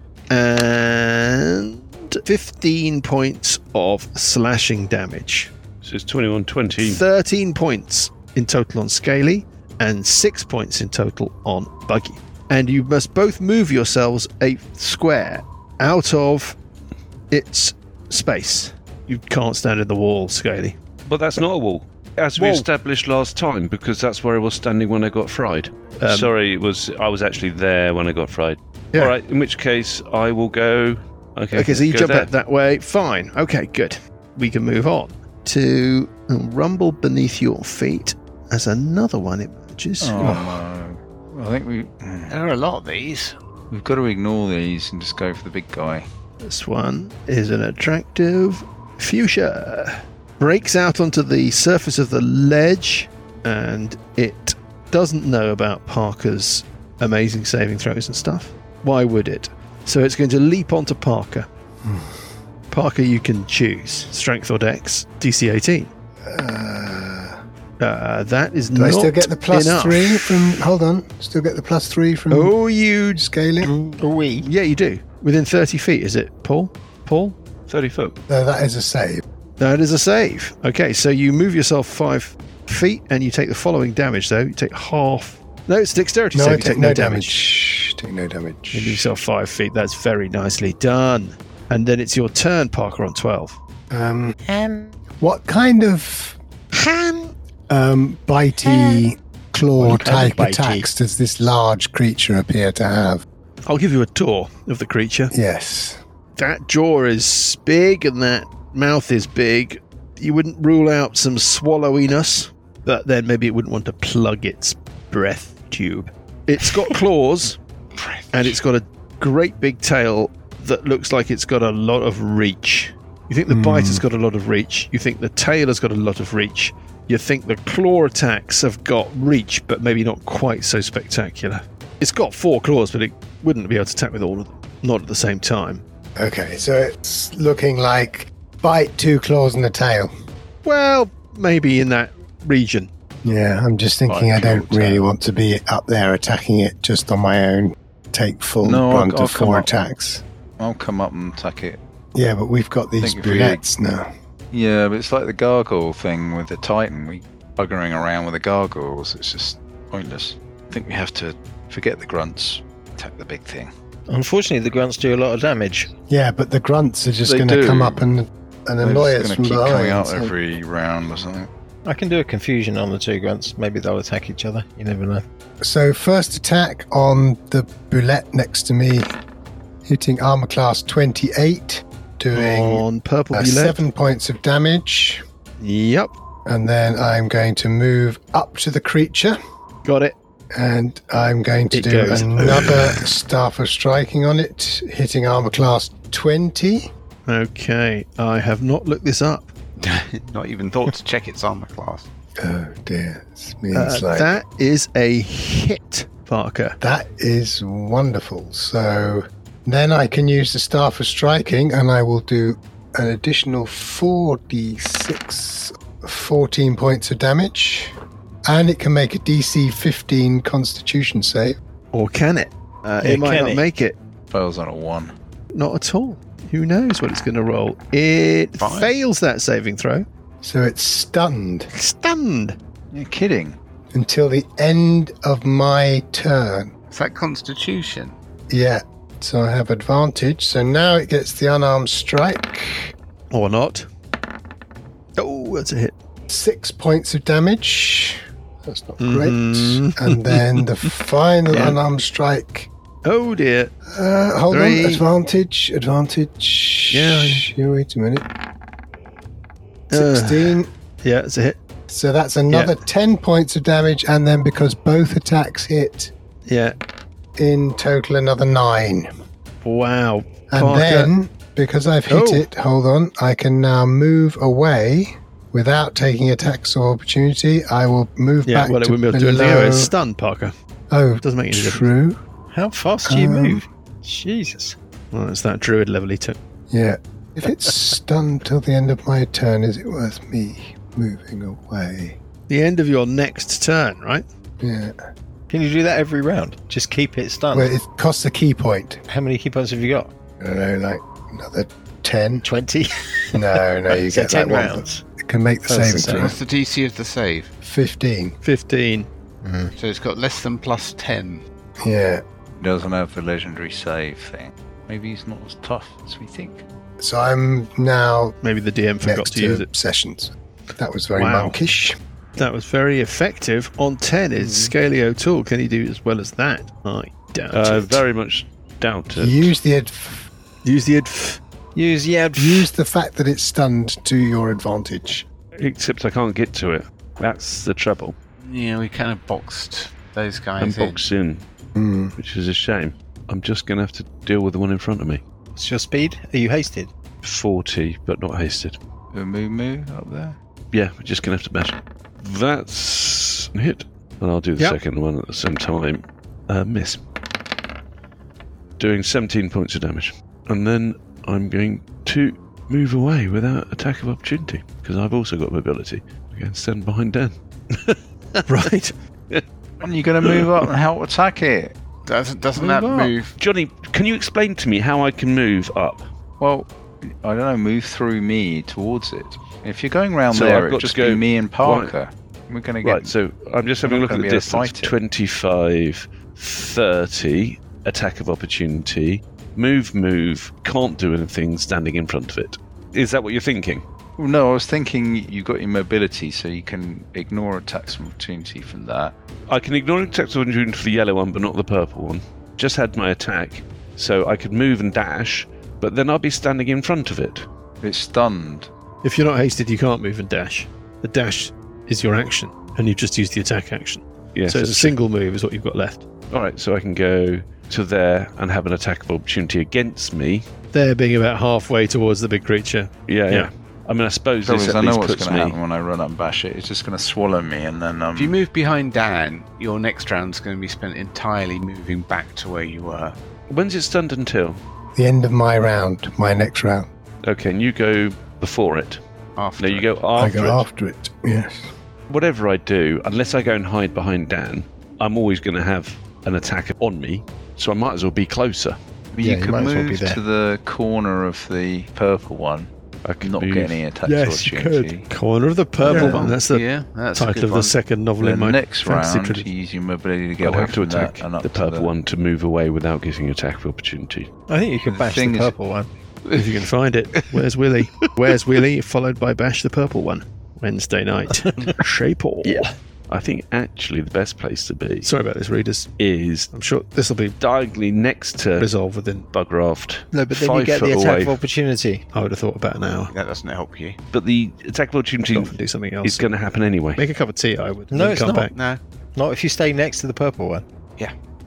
[SPEAKER 1] and 15 points of slashing damage.
[SPEAKER 2] So it's 21, 20.
[SPEAKER 1] 13 points in total on Scaly and 6 points in total on Buggy. And you must both move yourselves a square out of its space. You can't stand in the wall, Scaly.
[SPEAKER 2] But that's not a wall. As we
[SPEAKER 1] Wall.
[SPEAKER 2] established last time, because that's where I was standing when I got fried.
[SPEAKER 1] Um,
[SPEAKER 2] Sorry, it was I was actually there when I got fried.
[SPEAKER 1] Yeah.
[SPEAKER 2] All right, in which case I will go. Okay,
[SPEAKER 1] Okay, so you
[SPEAKER 2] go
[SPEAKER 1] jump
[SPEAKER 2] there.
[SPEAKER 1] out that way. Fine. Okay, good. We can move on to um, rumble beneath your feet as another one emerges.
[SPEAKER 5] Oh no! I think we
[SPEAKER 6] There are a lot of these.
[SPEAKER 5] we've got to ignore these and just go for the big guy.
[SPEAKER 1] This one is an attractive fuchsia. Breaks out onto the surface of the ledge, and it doesn't know about Parker's amazing saving throws and stuff. Why would it? So it's going to leap onto Parker. *sighs* Parker, you can choose strength or dex, DC 18. Uh, that is
[SPEAKER 4] Do
[SPEAKER 1] not
[SPEAKER 4] I still get the plus
[SPEAKER 1] enough.
[SPEAKER 4] three from. Hold on. Still get the plus three from
[SPEAKER 1] Oh, you.
[SPEAKER 4] scaling?
[SPEAKER 3] We.
[SPEAKER 1] Yeah, you do. Within 30 feet, is it, Paul? Paul?
[SPEAKER 2] Thirty foot.
[SPEAKER 4] No, that is a save.
[SPEAKER 1] That is a save. Okay, so you move yourself five feet and you take the following damage, though. You take half. No, it's dexterity
[SPEAKER 4] No,
[SPEAKER 1] save.
[SPEAKER 4] I
[SPEAKER 1] You
[SPEAKER 4] take,
[SPEAKER 1] take
[SPEAKER 4] no
[SPEAKER 1] no
[SPEAKER 4] damage. Take
[SPEAKER 1] You
[SPEAKER 4] no
[SPEAKER 1] move
[SPEAKER 4] damage.
[SPEAKER 1] yourself five feet. That's very nicely done. And then it's your turn, Parker, on 12.
[SPEAKER 4] Um, what kind of um, bitey
[SPEAKER 3] Well,
[SPEAKER 4] claw
[SPEAKER 3] you can
[SPEAKER 4] type
[SPEAKER 3] bitey.
[SPEAKER 4] attacks does this large creature appear to have?
[SPEAKER 1] I'll give you a tour of the creature.
[SPEAKER 4] Yes.
[SPEAKER 1] That jaw is big and that mouth is big. You wouldn't rule out some swallowiness, but then maybe it wouldn't want to plug its breath tube. It's got claws and it's got a great big tail that looks like it's got a lot of reach. You think the bite has got a lot of reach. You think the tail has got a lot of reach. You think the claw attacks have got reach, but maybe not quite so spectacular. It's got four claws, but it wouldn't be able to attack with all of them, not at the same time.
[SPEAKER 4] Okay, so it's looking like bite, two claws, and a tail.
[SPEAKER 1] Well, maybe in that region.
[SPEAKER 4] Yeah, I'm just thinking I don't really want to be up there attacking it just on my own. Take full
[SPEAKER 5] No, I'll-
[SPEAKER 4] brunt
[SPEAKER 5] I'll
[SPEAKER 4] of
[SPEAKER 5] come
[SPEAKER 4] four
[SPEAKER 5] up.
[SPEAKER 4] attacks.
[SPEAKER 5] I'll come up and attack it.
[SPEAKER 4] Yeah, but we've got these
[SPEAKER 5] Think if we-
[SPEAKER 4] brunettes now.
[SPEAKER 5] Yeah, but it's like the gargoyle thing with the Titan. We buggering around with the gargoyles. It's just pointless. I think we have to forget the grunts, attack the big thing.
[SPEAKER 3] Unfortunately, the grunts do a lot of damage.
[SPEAKER 4] Yeah, but the grunts are just
[SPEAKER 5] They
[SPEAKER 4] going to
[SPEAKER 5] do.
[SPEAKER 4] come up and, and
[SPEAKER 5] They're
[SPEAKER 4] annoy
[SPEAKER 5] just
[SPEAKER 4] us from
[SPEAKER 5] going to keep coming
[SPEAKER 4] behind.
[SPEAKER 5] out
[SPEAKER 4] so-
[SPEAKER 5] every round or something.
[SPEAKER 3] I can do a confusion on the two grunts. Maybe they'll attack each other. You never know.
[SPEAKER 4] So first attack on the bullet next to me, hitting armor class 28, doing
[SPEAKER 5] Oh,
[SPEAKER 1] On purple
[SPEAKER 4] uh,
[SPEAKER 1] you left.
[SPEAKER 4] seven points of damage,
[SPEAKER 1] Yep.
[SPEAKER 4] and then I'm going to move up to the creature,
[SPEAKER 1] Got it.
[SPEAKER 4] and I'm going to
[SPEAKER 1] It
[SPEAKER 4] do
[SPEAKER 1] goes, *laughs*
[SPEAKER 4] another staff of striking on it, hitting armor class 20.
[SPEAKER 1] Okay. I have not looked this up.
[SPEAKER 6] *laughs* Not even thought to check its armor class.
[SPEAKER 4] Oh dear, this means
[SPEAKER 1] Uh,
[SPEAKER 4] like
[SPEAKER 1] that is a hit, Parker.
[SPEAKER 4] That is wonderful. So then I can use the star for striking, and I will do an additional 4d6, 14 points of damage. And it can make a DC 15 constitution save.
[SPEAKER 1] Or can it? Uh,
[SPEAKER 3] Yeah,
[SPEAKER 1] it might
[SPEAKER 3] can
[SPEAKER 1] not
[SPEAKER 3] it?
[SPEAKER 1] make it.
[SPEAKER 5] Fails on a one.
[SPEAKER 1] Not at all. Who knows what it's going to roll? It
[SPEAKER 6] Fine.
[SPEAKER 1] fails that saving throw.
[SPEAKER 4] So it's stunned
[SPEAKER 1] Stunned.
[SPEAKER 5] You're kidding.
[SPEAKER 4] until the end of my turn.
[SPEAKER 6] Is that *coughs* Constitution?
[SPEAKER 4] Yeah, so I have advantage. So now it gets the unarmed strike.
[SPEAKER 1] Or not. Oh, that's a hit.
[SPEAKER 4] six points of damage. That's not great.
[SPEAKER 1] Mhm.
[SPEAKER 4] And then
[SPEAKER 1] *laughs*
[SPEAKER 4] the final
[SPEAKER 1] Yeah.
[SPEAKER 4] unarmed strike.
[SPEAKER 1] Oh, dear.
[SPEAKER 4] Uh, hold
[SPEAKER 1] Three.
[SPEAKER 4] on, advantage, advantage.
[SPEAKER 1] Yeah.
[SPEAKER 4] Yeah, wait a minute.
[SPEAKER 1] Uh.
[SPEAKER 4] Sixteen.
[SPEAKER 1] Yeah, it's a hit.
[SPEAKER 4] so that's another ten points of damage, and then because both attacks hit,
[SPEAKER 1] Yeah.
[SPEAKER 4] in total another nine.
[SPEAKER 1] Wow.
[SPEAKER 4] And
[SPEAKER 1] Parker.
[SPEAKER 4] then because I've hit
[SPEAKER 1] Oh.
[SPEAKER 4] it, hold on, I can now move away without taking attacks or opportunity. I will move
[SPEAKER 1] yeah,
[SPEAKER 4] back
[SPEAKER 1] well, it
[SPEAKER 4] to
[SPEAKER 1] wouldn't be able to do anything. anyway. It's stunned, Parker.
[SPEAKER 4] Oh,
[SPEAKER 1] Doesn't make any difference.
[SPEAKER 4] true.
[SPEAKER 3] How fast do you
[SPEAKER 4] Um,
[SPEAKER 3] move? Jesus.
[SPEAKER 1] Well, it's that druid level he took.
[SPEAKER 4] Yeah. If it's *laughs* stunned till the end of my turn, is it worth me moving away?
[SPEAKER 1] The end of your next turn, right?
[SPEAKER 4] Yeah.
[SPEAKER 3] Can you do that every round? Just keep it
[SPEAKER 1] Uh.
[SPEAKER 3] stunned.
[SPEAKER 4] Well, it costs a key point.
[SPEAKER 3] How many key points have you got?
[SPEAKER 4] I don't know, like another 10.
[SPEAKER 3] *laughs* 20.
[SPEAKER 4] No,
[SPEAKER 1] *laughs*
[SPEAKER 4] no, you
[SPEAKER 3] So
[SPEAKER 4] get that
[SPEAKER 3] 10
[SPEAKER 4] one.
[SPEAKER 3] rounds.
[SPEAKER 4] but It can make the
[SPEAKER 3] That's the
[SPEAKER 4] saving
[SPEAKER 3] same.
[SPEAKER 4] throw.
[SPEAKER 6] What's the DC of the save?
[SPEAKER 4] 15.
[SPEAKER 1] 15.
[SPEAKER 6] So it's got less than plus 10.
[SPEAKER 4] Yeah.
[SPEAKER 5] He doesn't have the legendary save thing. Maybe he's not as tough as we think.
[SPEAKER 4] So I'm now
[SPEAKER 1] Maybe the DM forgot
[SPEAKER 4] next
[SPEAKER 1] to use
[SPEAKER 4] to
[SPEAKER 1] it.
[SPEAKER 4] sessions. That was very
[SPEAKER 1] Wow.
[SPEAKER 4] monkish.
[SPEAKER 1] That was very effective. On 10 is
[SPEAKER 3] Mm-hmm.
[SPEAKER 1] Scaly O'Toole. Can he do as well as that? I doubt
[SPEAKER 2] I
[SPEAKER 3] Uh,
[SPEAKER 1] it.
[SPEAKER 2] Uh, very much doubt it.
[SPEAKER 4] Use the adv-
[SPEAKER 1] Use the adv-
[SPEAKER 3] Use yeah.
[SPEAKER 4] use the fact that it's stunned to your advantage.
[SPEAKER 2] Except I can't get to it. That's the trouble.
[SPEAKER 6] Yeah, we kind of boxed those
[SPEAKER 2] I'm
[SPEAKER 6] guys in.
[SPEAKER 2] boxed in,
[SPEAKER 4] Hmm.
[SPEAKER 1] Mm.
[SPEAKER 2] which is a shame. I'm just going to have to deal with the one in front of me.
[SPEAKER 3] What's your speed? Are you hasted?
[SPEAKER 2] 40, but not hasted.
[SPEAKER 5] Umu Mu up there?
[SPEAKER 2] Yeah, we're just going to have to bash. That's a hit. And I'll do the
[SPEAKER 1] Yep.
[SPEAKER 2] second one at the same time. Uh, miss. Doing 17 points of damage. And then I'm going to move away without attack of opportunity because I've also got mobility. I'm going to stand behind Dan.
[SPEAKER 1] right.
[SPEAKER 5] When are you going to move up and help attack it?
[SPEAKER 6] Doesn't, doesn't
[SPEAKER 5] Move
[SPEAKER 6] that
[SPEAKER 5] up.
[SPEAKER 6] move?
[SPEAKER 2] Johnny, can you explain to me how I can move up?
[SPEAKER 5] Well, I don't know. Move through me towards it. If you're going round
[SPEAKER 2] So I've
[SPEAKER 5] there,
[SPEAKER 2] got to
[SPEAKER 5] it just
[SPEAKER 2] go-
[SPEAKER 5] be me and Parker. We're going to get.
[SPEAKER 2] Right, so I'm just having a
[SPEAKER 5] not
[SPEAKER 2] look at the
[SPEAKER 5] gonna be able to
[SPEAKER 2] distance
[SPEAKER 5] fight it.
[SPEAKER 2] 25, 30, attack of opportunity, move, move, can't do anything standing in front of it. Is that what you're thinking?
[SPEAKER 5] Well, no, I was thinking you got your mobility, so you can ignore attacks of opportunity from that.
[SPEAKER 2] I can ignore attack of opportunity for the yellow one, but not the purple one. Just had my attack, so I could move and dash, but then I'll be standing in front of it.
[SPEAKER 5] It's stunned.
[SPEAKER 1] If you're not hasted, you can't move and dash. The dash is your action, and you've just used the attack action.
[SPEAKER 2] Yes,
[SPEAKER 1] so it's a
[SPEAKER 2] that's
[SPEAKER 1] single move is what you've got left.
[SPEAKER 2] true. All right, so I can go to there and have an attack of opportunity against me.
[SPEAKER 1] There being about halfway towards the big creature.
[SPEAKER 2] Yeah, yeah.
[SPEAKER 1] Yeah.
[SPEAKER 2] I mean, I suppose
[SPEAKER 5] Problem
[SPEAKER 2] this
[SPEAKER 5] is,
[SPEAKER 2] at
[SPEAKER 5] I know
[SPEAKER 2] least
[SPEAKER 5] what's
[SPEAKER 2] puts
[SPEAKER 5] going
[SPEAKER 2] me.
[SPEAKER 5] to happen when I run up and bash it. It's just going to swallow me, and then um,
[SPEAKER 6] If you move behind Dan, your next round's going to be spent entirely moving back to where you were.
[SPEAKER 2] When's it stunned until?
[SPEAKER 4] The end of my round, my next round.
[SPEAKER 2] Okay, and you go before it.
[SPEAKER 6] After
[SPEAKER 2] No, you
[SPEAKER 6] it.
[SPEAKER 2] go
[SPEAKER 4] I
[SPEAKER 2] after
[SPEAKER 4] go
[SPEAKER 2] it.
[SPEAKER 4] after it. Yes.
[SPEAKER 2] Whatever I do, unless I go and hide behind Dan, I'm always going to have an attack on me, so I might as well be closer.
[SPEAKER 5] you
[SPEAKER 4] yeah, you
[SPEAKER 5] can
[SPEAKER 4] might as
[SPEAKER 5] move
[SPEAKER 4] well be there.
[SPEAKER 5] to the corner of the purple one.
[SPEAKER 2] I can
[SPEAKER 5] Not
[SPEAKER 2] move.
[SPEAKER 5] get any attacks
[SPEAKER 1] you
[SPEAKER 5] opportunity.
[SPEAKER 1] could. Corner of the purple
[SPEAKER 5] Yeah.
[SPEAKER 1] one. That's the
[SPEAKER 6] yeah, that's a
[SPEAKER 1] title
[SPEAKER 6] good
[SPEAKER 1] of the
[SPEAKER 6] one.
[SPEAKER 1] second novel in
[SPEAKER 5] Then
[SPEAKER 1] my
[SPEAKER 5] next
[SPEAKER 1] fantasy
[SPEAKER 5] round,
[SPEAKER 1] trilogy.
[SPEAKER 5] you use your mobility to get
[SPEAKER 2] I'll
[SPEAKER 5] away
[SPEAKER 2] have to
[SPEAKER 5] from that
[SPEAKER 2] attack
[SPEAKER 5] and up
[SPEAKER 2] the
[SPEAKER 5] to
[SPEAKER 2] purple one to move away without getting attack of opportunity.
[SPEAKER 3] I think you could
[SPEAKER 5] The
[SPEAKER 3] bash the
[SPEAKER 5] thing is-
[SPEAKER 3] purple one.
[SPEAKER 1] If you can find it, where's Willy? Where's Willy? Followed by Bash the Purple One. Wednesday night.
[SPEAKER 5] *laughs*
[SPEAKER 1] Shapor. Yeah.
[SPEAKER 2] I think actually the best place to be
[SPEAKER 1] Sorry about this, readers.
[SPEAKER 2] is
[SPEAKER 1] I'm sure this will be
[SPEAKER 2] directly next to
[SPEAKER 1] resolved within,
[SPEAKER 2] Bugraft.
[SPEAKER 3] No, but then you
[SPEAKER 2] Five
[SPEAKER 3] get the
[SPEAKER 2] foot
[SPEAKER 3] attack
[SPEAKER 2] away.
[SPEAKER 3] of opportunity.
[SPEAKER 1] I would have thought, about an hour.
[SPEAKER 6] That doesn't help you.
[SPEAKER 2] But the attack of opportunity
[SPEAKER 1] Go off and do something else.
[SPEAKER 2] is going to happen anyway.
[SPEAKER 1] Make a cup of tea, I would.
[SPEAKER 3] No,
[SPEAKER 1] then
[SPEAKER 3] it's
[SPEAKER 1] come
[SPEAKER 3] not.
[SPEAKER 1] back.
[SPEAKER 6] No,
[SPEAKER 3] Not if you stay next to the purple one.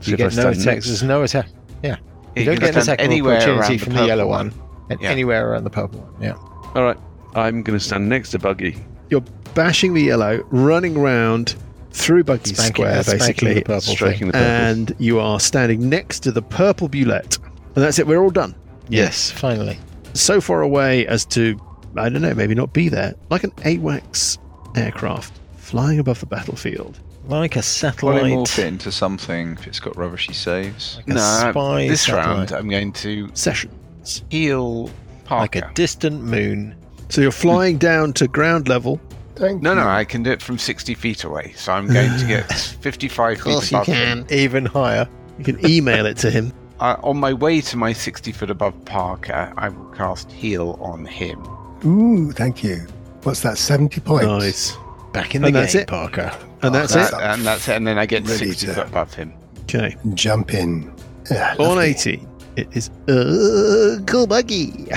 [SPEAKER 2] So
[SPEAKER 3] You
[SPEAKER 2] if
[SPEAKER 3] get
[SPEAKER 2] I
[SPEAKER 3] no
[SPEAKER 2] stand
[SPEAKER 3] attacks.
[SPEAKER 2] next-
[SPEAKER 3] There's no attack. Yeah. You,
[SPEAKER 6] you
[SPEAKER 3] don't
[SPEAKER 6] can
[SPEAKER 3] get an
[SPEAKER 6] stand
[SPEAKER 3] attack of
[SPEAKER 6] anywhere around
[SPEAKER 3] opportunity
[SPEAKER 6] the
[SPEAKER 3] from the
[SPEAKER 6] purple
[SPEAKER 3] yellow
[SPEAKER 6] one.
[SPEAKER 3] one. And
[SPEAKER 6] Yeah.
[SPEAKER 3] anywhere around the purple one. Yeah.
[SPEAKER 2] All right, I'm going to stand next to Buggy.
[SPEAKER 1] You're bashing the yellow, running round through Buggy
[SPEAKER 3] Spanking-
[SPEAKER 1] Square,
[SPEAKER 3] uh, spanking
[SPEAKER 1] basically,
[SPEAKER 3] the purple thing.
[SPEAKER 2] Striking the purple.
[SPEAKER 1] and you are standing next to the purple bulette. And that's it. We're all done.
[SPEAKER 3] Yes. Finally.
[SPEAKER 1] So far away as to, I don't know, maybe not be there. Like an AWACS aircraft flying above the battlefield.
[SPEAKER 3] Like a satellite.
[SPEAKER 5] Polymorph it into something if it's got rubbishy saves.
[SPEAKER 3] Like a spy
[SPEAKER 6] this
[SPEAKER 3] satellite.
[SPEAKER 6] round I'm going to
[SPEAKER 1] Sessions.
[SPEAKER 6] heal
[SPEAKER 3] Like
[SPEAKER 6] Parker.
[SPEAKER 3] a distant moon.
[SPEAKER 1] So you're flying down to ground level.
[SPEAKER 4] Thank
[SPEAKER 6] no,
[SPEAKER 4] you.
[SPEAKER 6] no,
[SPEAKER 3] Hmm.
[SPEAKER 6] I can do it from 60 feet away, so I'm going to
[SPEAKER 3] *laughs*
[SPEAKER 6] get 55 feet above him.
[SPEAKER 3] Even higher.
[SPEAKER 1] You can email it to him.
[SPEAKER 6] Uh, on my way to my 60 foot above Parker, I will cast heal on him.
[SPEAKER 4] Ooh, thank you. What's that? Seventy points.
[SPEAKER 1] Nice.
[SPEAKER 3] Back in the
[SPEAKER 1] And
[SPEAKER 3] game,
[SPEAKER 1] that's it.
[SPEAKER 3] Parker.
[SPEAKER 1] And that's
[SPEAKER 6] That-
[SPEAKER 1] it.
[SPEAKER 6] and that's it, and then I get
[SPEAKER 4] Ready
[SPEAKER 6] 60
[SPEAKER 4] to-
[SPEAKER 6] foot above him.
[SPEAKER 1] Okay.
[SPEAKER 4] Jump in. Yeah,
[SPEAKER 1] On
[SPEAKER 4] lovely.
[SPEAKER 1] 80, it is Uncle Buggy.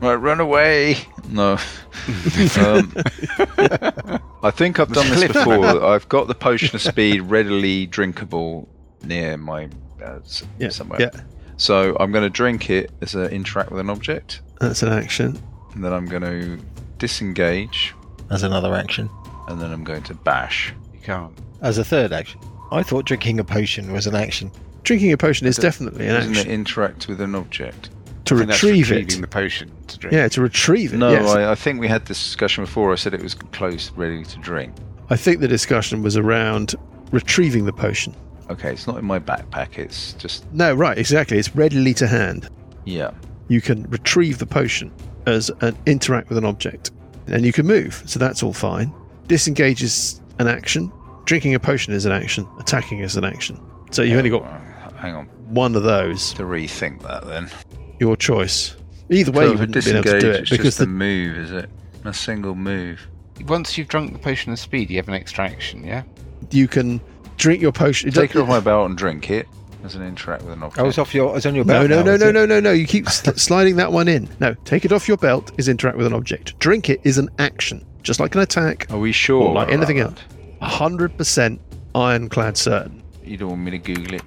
[SPEAKER 5] Right, run away!
[SPEAKER 1] *laughs*
[SPEAKER 5] No. um, I think I've done this
[SPEAKER 1] *laughs*
[SPEAKER 5] before. I've got the potion of speed readily drinkable near my uh, s-
[SPEAKER 1] Yeah,
[SPEAKER 5] somewhere.
[SPEAKER 1] yeah.
[SPEAKER 5] So I'm going to drink it as I interact with an object,
[SPEAKER 1] That's an action.
[SPEAKER 5] and then I'm going to disengage,
[SPEAKER 3] As another action.
[SPEAKER 5] and then I'm going to bash.
[SPEAKER 6] You can't.
[SPEAKER 3] As a third action. I thought drinking a potion was an action.
[SPEAKER 1] Drinking a potion is definitely an
[SPEAKER 5] Doesn't it
[SPEAKER 1] action.
[SPEAKER 5] interact with an object?
[SPEAKER 1] To
[SPEAKER 6] I think that's
[SPEAKER 1] retrieve it.
[SPEAKER 6] retrieving the potion to drink.
[SPEAKER 1] Yeah, to retrieve it.
[SPEAKER 5] No,
[SPEAKER 1] yes. I,
[SPEAKER 5] I, I think we had this discussion before. I said it was close, ready to drink.
[SPEAKER 1] think the discussion was around retrieving the potion.
[SPEAKER 5] Okay, it's not in my backpack. It's just
[SPEAKER 1] No, right, exactly. It's readily to hand.
[SPEAKER 5] yeah.
[SPEAKER 1] You can retrieve the potion as an interact with an object. And you can move, so that's all fine. Disengage is an action. Drinking a potion is an action. Attacking is an action. So you've only got
[SPEAKER 5] Uh, Hang on
[SPEAKER 1] one of those.
[SPEAKER 5] to rethink that then.
[SPEAKER 1] Your choice. Either way,
[SPEAKER 5] So
[SPEAKER 1] you
[SPEAKER 5] if I
[SPEAKER 1] wouldn't have been able to
[SPEAKER 5] disengage,
[SPEAKER 1] do it
[SPEAKER 5] it's
[SPEAKER 1] because
[SPEAKER 5] just
[SPEAKER 1] the
[SPEAKER 5] a move, is it? A single move.
[SPEAKER 6] Once you've drunk the potion of speed, you have an extra action, yeah?
[SPEAKER 1] you can drink your potion. It
[SPEAKER 5] Take it
[SPEAKER 1] doesn't-
[SPEAKER 5] off my belt and drink it as an interact with an object.
[SPEAKER 3] I was off your. I was on your
[SPEAKER 1] No,
[SPEAKER 3] back.
[SPEAKER 1] no,
[SPEAKER 3] now,
[SPEAKER 1] no,
[SPEAKER 3] was
[SPEAKER 1] no,
[SPEAKER 3] it?
[SPEAKER 1] no, no, no. You keep sl- *laughs* sliding that one in. No, take it off your belt is interact with an object. Drink it is an action, just like an attack.
[SPEAKER 5] Are we sure? Uh,
[SPEAKER 1] Or like
[SPEAKER 5] about
[SPEAKER 1] anything
[SPEAKER 5] that?
[SPEAKER 1] else. 100% ironclad certain.
[SPEAKER 5] You don't want me to Google it.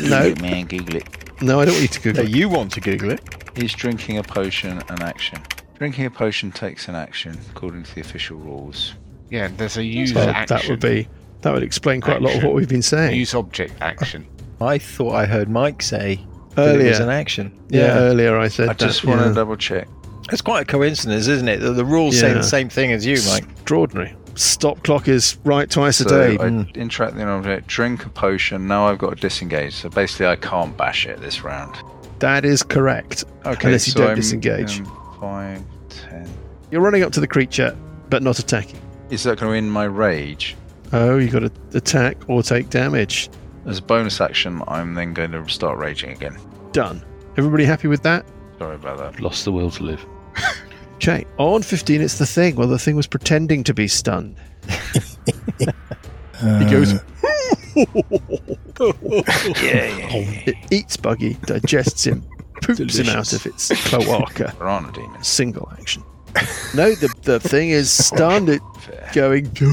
[SPEAKER 1] No.
[SPEAKER 5] Google it, man, Google it.
[SPEAKER 1] No, I don't want you to
[SPEAKER 3] No,
[SPEAKER 1] Google. it.
[SPEAKER 3] you want to Google it.
[SPEAKER 5] Is drinking a potion an action? Drinking a potion takes an action according to the official rules.
[SPEAKER 6] Yeah, there's a use
[SPEAKER 1] Well,
[SPEAKER 6] action.
[SPEAKER 1] that would be that would explain quite a lot of
[SPEAKER 6] Action.
[SPEAKER 1] what we've been saying
[SPEAKER 6] Use object action.
[SPEAKER 3] I thought I heard Mike say that it was an
[SPEAKER 1] earlier.
[SPEAKER 3] action.
[SPEAKER 1] Yeah, earlier I said.
[SPEAKER 5] I just
[SPEAKER 1] that,
[SPEAKER 5] want to
[SPEAKER 1] yeah.
[SPEAKER 5] double check.
[SPEAKER 3] It's quite a coincidence, isn't it? That the rules say
[SPEAKER 1] Yeah.
[SPEAKER 3] the same thing as you, Mike.
[SPEAKER 1] extraordinary. Stop clock is right twice a
[SPEAKER 5] So
[SPEAKER 1] day.
[SPEAKER 5] I interact with an object, drink a potion. Now I've got to disengage. So basically, I can't bash it this round.
[SPEAKER 1] that is correct.
[SPEAKER 5] Okay,
[SPEAKER 1] Unless you
[SPEAKER 5] so
[SPEAKER 1] don't
[SPEAKER 5] I'm,
[SPEAKER 1] disengage.
[SPEAKER 5] um, five, ten.
[SPEAKER 1] You're running up to the creature, but not attacking.
[SPEAKER 5] Is that going to end my rage?
[SPEAKER 1] Oh, you got to attack or take damage.
[SPEAKER 5] As a bonus action, I'm then going to start raging again.
[SPEAKER 1] Done. Everybody happy with that?
[SPEAKER 5] Sorry about that.
[SPEAKER 2] Lost the will to live.
[SPEAKER 1] Okay. On 15, it's the thing. Well, the thing was pretending to be stunned. He goes, it eats Buggy, digests him, poops him out of its cloaca.
[SPEAKER 5] Pteranodon is
[SPEAKER 1] Single action. No, the, the thing is stunned. It
[SPEAKER 5] fair.
[SPEAKER 1] going. Do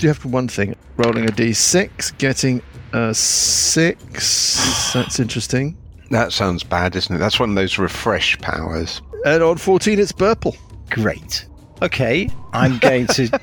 [SPEAKER 1] you have one thing? Rolling a d6, getting a six. That's interesting.
[SPEAKER 7] That sounds bad, isn't it? That's one of those refresh powers.
[SPEAKER 1] And on 14, it's purple.
[SPEAKER 3] Great. Okay, I'm going *laughs* to.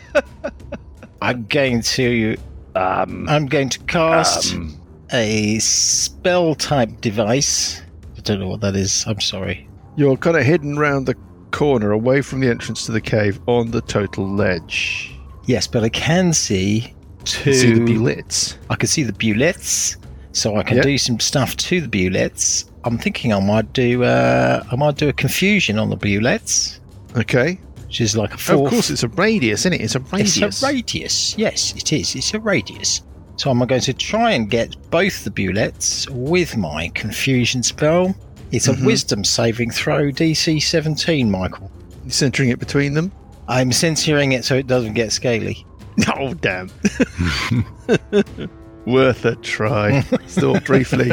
[SPEAKER 3] I'm going to.
[SPEAKER 6] Um,
[SPEAKER 3] I'm going to cast
[SPEAKER 6] um,
[SPEAKER 3] a spell type device. I don't know what that is. I'm sorry.
[SPEAKER 1] You're kind of hidden round the corner, away from the entrance to the cave, on the total ledge.
[SPEAKER 3] Yes, but I can see two.
[SPEAKER 1] You see the belits.
[SPEAKER 3] I can see the Bullets, so I can
[SPEAKER 1] Yep.
[SPEAKER 3] do some stuff to the Bullets. I'm thinking I might do. Uh, I might do a confusion on the Bullets,
[SPEAKER 1] Okay.
[SPEAKER 3] which is like a
[SPEAKER 1] Of
[SPEAKER 3] fourth.
[SPEAKER 1] course, it's a radius, isn't it? It's a radius.
[SPEAKER 3] It's a radius. Yes, it is. It's a radius. So I'm going to try and get both the Bullets with my confusion spell. It's
[SPEAKER 1] Mm-hmm.
[SPEAKER 3] a wisdom saving throw, DC 17, Michael.
[SPEAKER 1] You're centering it between them. *laughs*
[SPEAKER 3] I'm censoring it so it doesn't get scaly.
[SPEAKER 1] Oh, *laughs* damn. Worth a *laughs* try. Thought briefly.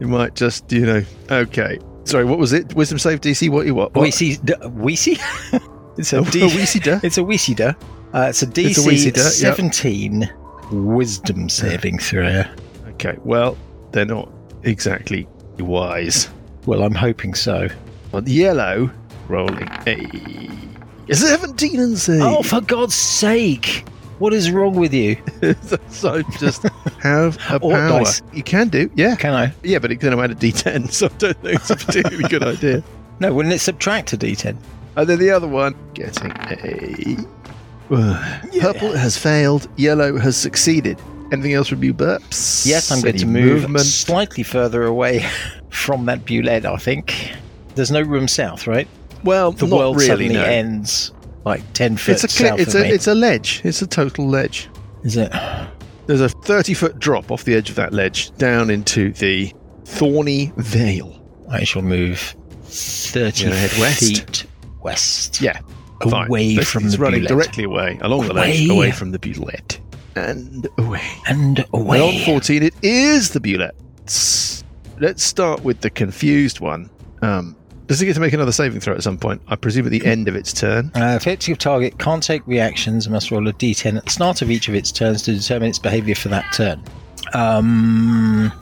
[SPEAKER 1] You might just, you know. Okay. Sorry, what was it? Wisdom save DC? What you what? what?
[SPEAKER 3] Weezy. d- Weezy? it's a D-
[SPEAKER 1] Oh, *laughs* Weezy duh.
[SPEAKER 3] It's a Wisida. Uh, it's a DC
[SPEAKER 1] It's a Wisida, yep.
[SPEAKER 3] 17 wisdom saving throw.
[SPEAKER 1] Okay, well, they're not exactly wise.
[SPEAKER 3] Well, I'm hoping so.
[SPEAKER 1] On yellow, rolling a 17 and save.
[SPEAKER 3] Oh, for God's sake! What is wrong with you?
[SPEAKER 1] *laughs* so just have a
[SPEAKER 3] Oh,
[SPEAKER 1] power.
[SPEAKER 3] nice.
[SPEAKER 1] You can do, yeah.
[SPEAKER 3] Can I?
[SPEAKER 1] Yeah, but it's going to add a d10, *laughs* so I don't think it's a particularly good idea.
[SPEAKER 3] No, wouldn't it subtract a D10?
[SPEAKER 1] And then the other one, getting *sighs* a. Purple has failed, yellow has succeeded. Anything else from you, Burps?
[SPEAKER 3] Yes, I'm going to
[SPEAKER 1] Any
[SPEAKER 3] move
[SPEAKER 1] Movement.
[SPEAKER 3] slightly further away *laughs* from that Buled, I think. There's no room south, right?
[SPEAKER 1] Well,
[SPEAKER 3] The
[SPEAKER 1] not
[SPEAKER 3] world
[SPEAKER 1] really,
[SPEAKER 3] suddenly
[SPEAKER 1] no.
[SPEAKER 3] ends like 10 feet
[SPEAKER 1] It's a, cli-
[SPEAKER 3] south
[SPEAKER 1] it's,
[SPEAKER 3] of
[SPEAKER 1] a,
[SPEAKER 3] me.
[SPEAKER 1] it's a ledge. It's a total ledge.
[SPEAKER 3] Is it?
[SPEAKER 1] There's a 30 foot drop off the edge of that ledge down into the thorny vale.
[SPEAKER 3] I shall move 30
[SPEAKER 1] You're gonna head west?
[SPEAKER 3] feet west.
[SPEAKER 1] Yeah.
[SPEAKER 3] Away
[SPEAKER 1] But
[SPEAKER 3] from
[SPEAKER 1] he's
[SPEAKER 3] the
[SPEAKER 1] running
[SPEAKER 3] bullet.
[SPEAKER 1] directly away along the ledge,
[SPEAKER 3] Away.
[SPEAKER 1] away from the bulette. And away.
[SPEAKER 3] And away.
[SPEAKER 1] And on 14, it is the bulette. S- Let's start with the confused one. Um, does it get to make another saving throw at some point? I presume at the end of its turn.
[SPEAKER 3] Uh, effective target can't take reactions and must roll a d10 at the start of each of its turns to determine its behavior for that turn. Um,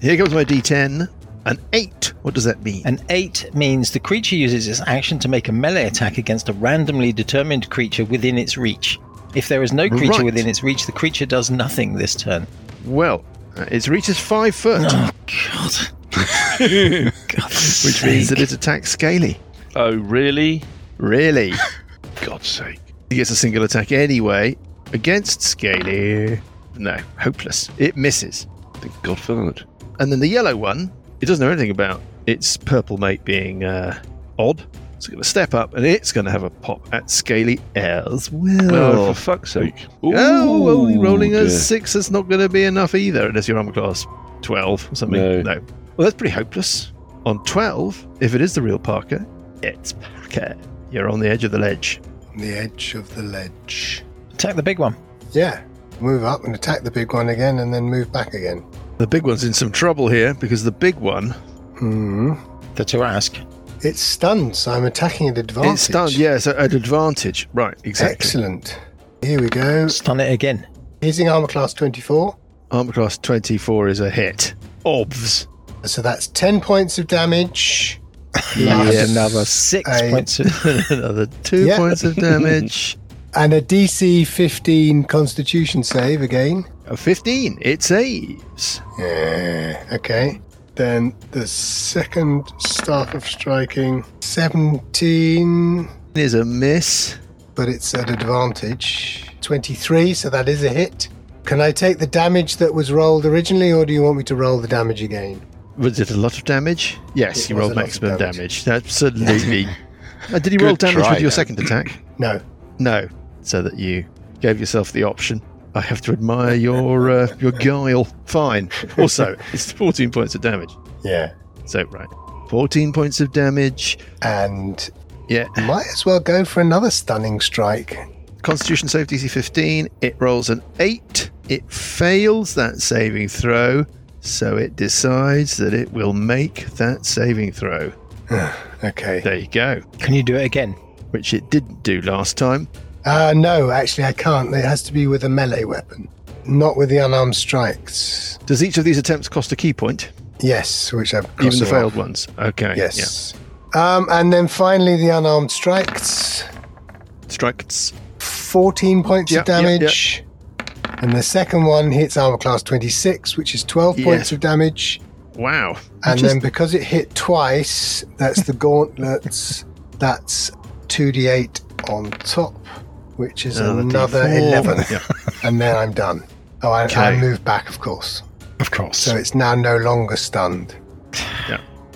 [SPEAKER 1] Here comes my d10. An 8. What does that mean?
[SPEAKER 3] an 8 means the creature uses its action to make a melee attack against a randomly determined creature within its reach. If there is no creature
[SPEAKER 1] Right.
[SPEAKER 3] within its reach, the creature does nothing this turn.
[SPEAKER 1] Well, uh, it reaches 5 foot,
[SPEAKER 3] Oh,
[SPEAKER 1] *laughs*
[SPEAKER 3] God. *laughs*
[SPEAKER 1] which means that it attacks Scaly.
[SPEAKER 2] Oh, really?
[SPEAKER 1] Really?
[SPEAKER 2] God's sake.
[SPEAKER 1] He gets a single attack anyway against Scaly. No, hopeless. It misses.
[SPEAKER 2] Thank God for that.
[SPEAKER 1] And then the yellow one, it doesn't know anything about its purple mate being uh, odd. It's going to step up and it's going to have a pop at Scaly as
[SPEAKER 2] Oh,
[SPEAKER 1] well.
[SPEAKER 2] for fuck's sake.
[SPEAKER 1] Oh, only
[SPEAKER 2] Ooh,
[SPEAKER 1] rolling a
[SPEAKER 2] dear.
[SPEAKER 1] six is not going to be enough either, unless your armor class 12 or something.
[SPEAKER 2] No.
[SPEAKER 1] Well, that's pretty hopeless. On 12, if it is the real Parker, it's Parker. You're on the edge of the ledge.
[SPEAKER 4] On the edge of the ledge.
[SPEAKER 3] Attack the big one.
[SPEAKER 4] Yeah. Move up and attack the big one again and then move back again.
[SPEAKER 1] The big one's in some trouble here because the big one
[SPEAKER 4] Hmm.
[SPEAKER 3] The Tarask.
[SPEAKER 4] It's stunned, so I'm attacking at advantage.
[SPEAKER 1] It's stunned, yeah, so at advantage. Right, exactly.
[SPEAKER 4] Excellent. Here we go.
[SPEAKER 3] Stun it again.
[SPEAKER 4] Using armor class 24.
[SPEAKER 1] Armor class 24 is a hit. Obvs.
[SPEAKER 4] So that's 10 points of damage.
[SPEAKER 3] Add
[SPEAKER 4] Yes.
[SPEAKER 3] Another six
[SPEAKER 4] I-
[SPEAKER 3] points of
[SPEAKER 1] *laughs* Another two
[SPEAKER 4] Yeah.
[SPEAKER 1] points of
[SPEAKER 4] *laughs*
[SPEAKER 1] damage.
[SPEAKER 4] And a DC 15 constitution save again.
[SPEAKER 1] a 15, it saves.
[SPEAKER 4] Yeah. Okay. Then the second staff of striking 17,
[SPEAKER 1] Is a miss.
[SPEAKER 4] but it's at advantage. 23, so that is a hit. Can I take the damage that was rolled originally, or do you want me to roll the damage again?
[SPEAKER 1] Was it a lot of damage? Yes,
[SPEAKER 4] It
[SPEAKER 1] you
[SPEAKER 4] was
[SPEAKER 1] rolled
[SPEAKER 4] a lot of
[SPEAKER 1] maximum damage.
[SPEAKER 4] damage. *laughs*
[SPEAKER 1] Absolutely. Uh, did you roll
[SPEAKER 7] Good
[SPEAKER 1] damage
[SPEAKER 7] try,
[SPEAKER 1] with your
[SPEAKER 7] Dan.
[SPEAKER 1] second attack?
[SPEAKER 4] No.
[SPEAKER 1] No, so that you gave yourself the option. I have to
[SPEAKER 4] *laughs*
[SPEAKER 1] admire your uh, your guile. Fine. Also, it's 14 points of damage.
[SPEAKER 4] Yeah.
[SPEAKER 1] So, right. 14 points of damage.
[SPEAKER 4] and
[SPEAKER 1] Yeah.
[SPEAKER 4] might as well go for another stunning strike.
[SPEAKER 1] Constitution save DC 15. It rolls an 8. It fails that saving throw, so it decides that it will make that saving throw.
[SPEAKER 4] Okay.
[SPEAKER 1] There you go.
[SPEAKER 3] Can you do it again?
[SPEAKER 1] Which it didn't do last time.
[SPEAKER 4] Uh, no, actually, I can't. It has to be with a melee weapon, not with the unarmed strikes.
[SPEAKER 1] Does each of these attempts cost a key point?
[SPEAKER 4] Yes, which I've
[SPEAKER 1] Even
[SPEAKER 4] crossed
[SPEAKER 1] the
[SPEAKER 4] off.
[SPEAKER 1] failed ones. Okay.
[SPEAKER 4] Yes. Um, and then finally, the unarmed strikes.
[SPEAKER 1] Yeah. Strikes.
[SPEAKER 4] 14 points
[SPEAKER 1] Yep,
[SPEAKER 4] of
[SPEAKER 1] yep, yep.
[SPEAKER 4] damage. And the second one hits armor class 26, which is 12
[SPEAKER 1] Yeah.
[SPEAKER 4] points of damage.
[SPEAKER 1] Wow.
[SPEAKER 4] And
[SPEAKER 1] Which is-
[SPEAKER 4] then because it hit twice, that's the gauntlets. That's 2d8 on top, which is
[SPEAKER 1] Another
[SPEAKER 4] another
[SPEAKER 1] D4.
[SPEAKER 4] 11.
[SPEAKER 1] Uh, *laughs* Yeah.
[SPEAKER 4] And then I'm done. Oh, I,
[SPEAKER 1] Okay.
[SPEAKER 4] I move back, of course.
[SPEAKER 3] Of course.
[SPEAKER 4] So it's now no longer stunned.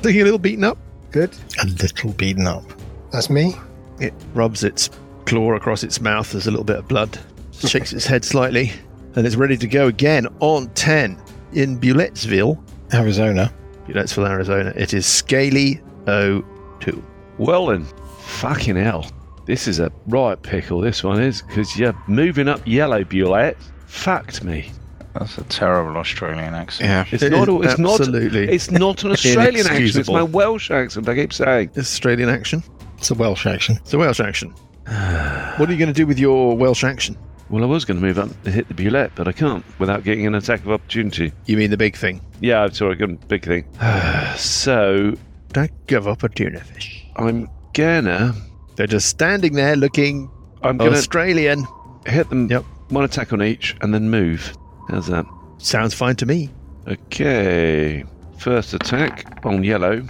[SPEAKER 1] Looking a little beaten up.
[SPEAKER 4] Good.
[SPEAKER 3] a little beaten up.
[SPEAKER 4] That's me.
[SPEAKER 1] It rubs its claw across its mouth. There's a little bit of blood. Shakes its head slightly. And it's ready to go again on 10 in Bulettsville.
[SPEAKER 3] Arizona.
[SPEAKER 1] Bulettsville, Arizona. It is Scaly 02.
[SPEAKER 2] Well then, fucking hell. This is a right pickle, this one is, because you're moving up yellow, Bulette. Fucked me.
[SPEAKER 5] That's a terrible Australian accent.
[SPEAKER 7] Yeah.
[SPEAKER 2] It's
[SPEAKER 1] It
[SPEAKER 2] not.
[SPEAKER 1] is
[SPEAKER 2] a- It's
[SPEAKER 1] absolutely
[SPEAKER 2] Not, it's not an Australian accent. It's
[SPEAKER 1] inexcusable.
[SPEAKER 2] my Welsh accent. I keep saying.
[SPEAKER 1] Australian action.
[SPEAKER 3] It's a Welsh action.
[SPEAKER 1] It's a Welsh *sighs* action. what are you going to do with your Welsh action?
[SPEAKER 2] Well, I was going to move up and hit the Bulette, but I can't without getting an attack of opportunity.
[SPEAKER 1] You mean the big thing?
[SPEAKER 2] Yeah, I'm sorry, good big thing. *sighs* so
[SPEAKER 1] Don't give up a tuna fish.
[SPEAKER 2] I'm gonna.
[SPEAKER 1] They're just standing there looking
[SPEAKER 2] I'm gonna
[SPEAKER 1] Oh, Australian.
[SPEAKER 2] hit them.
[SPEAKER 1] Yep.
[SPEAKER 2] One attack on each, and then move. How's that?
[SPEAKER 1] Sounds fine to me.
[SPEAKER 2] Okay. First attack on yellow.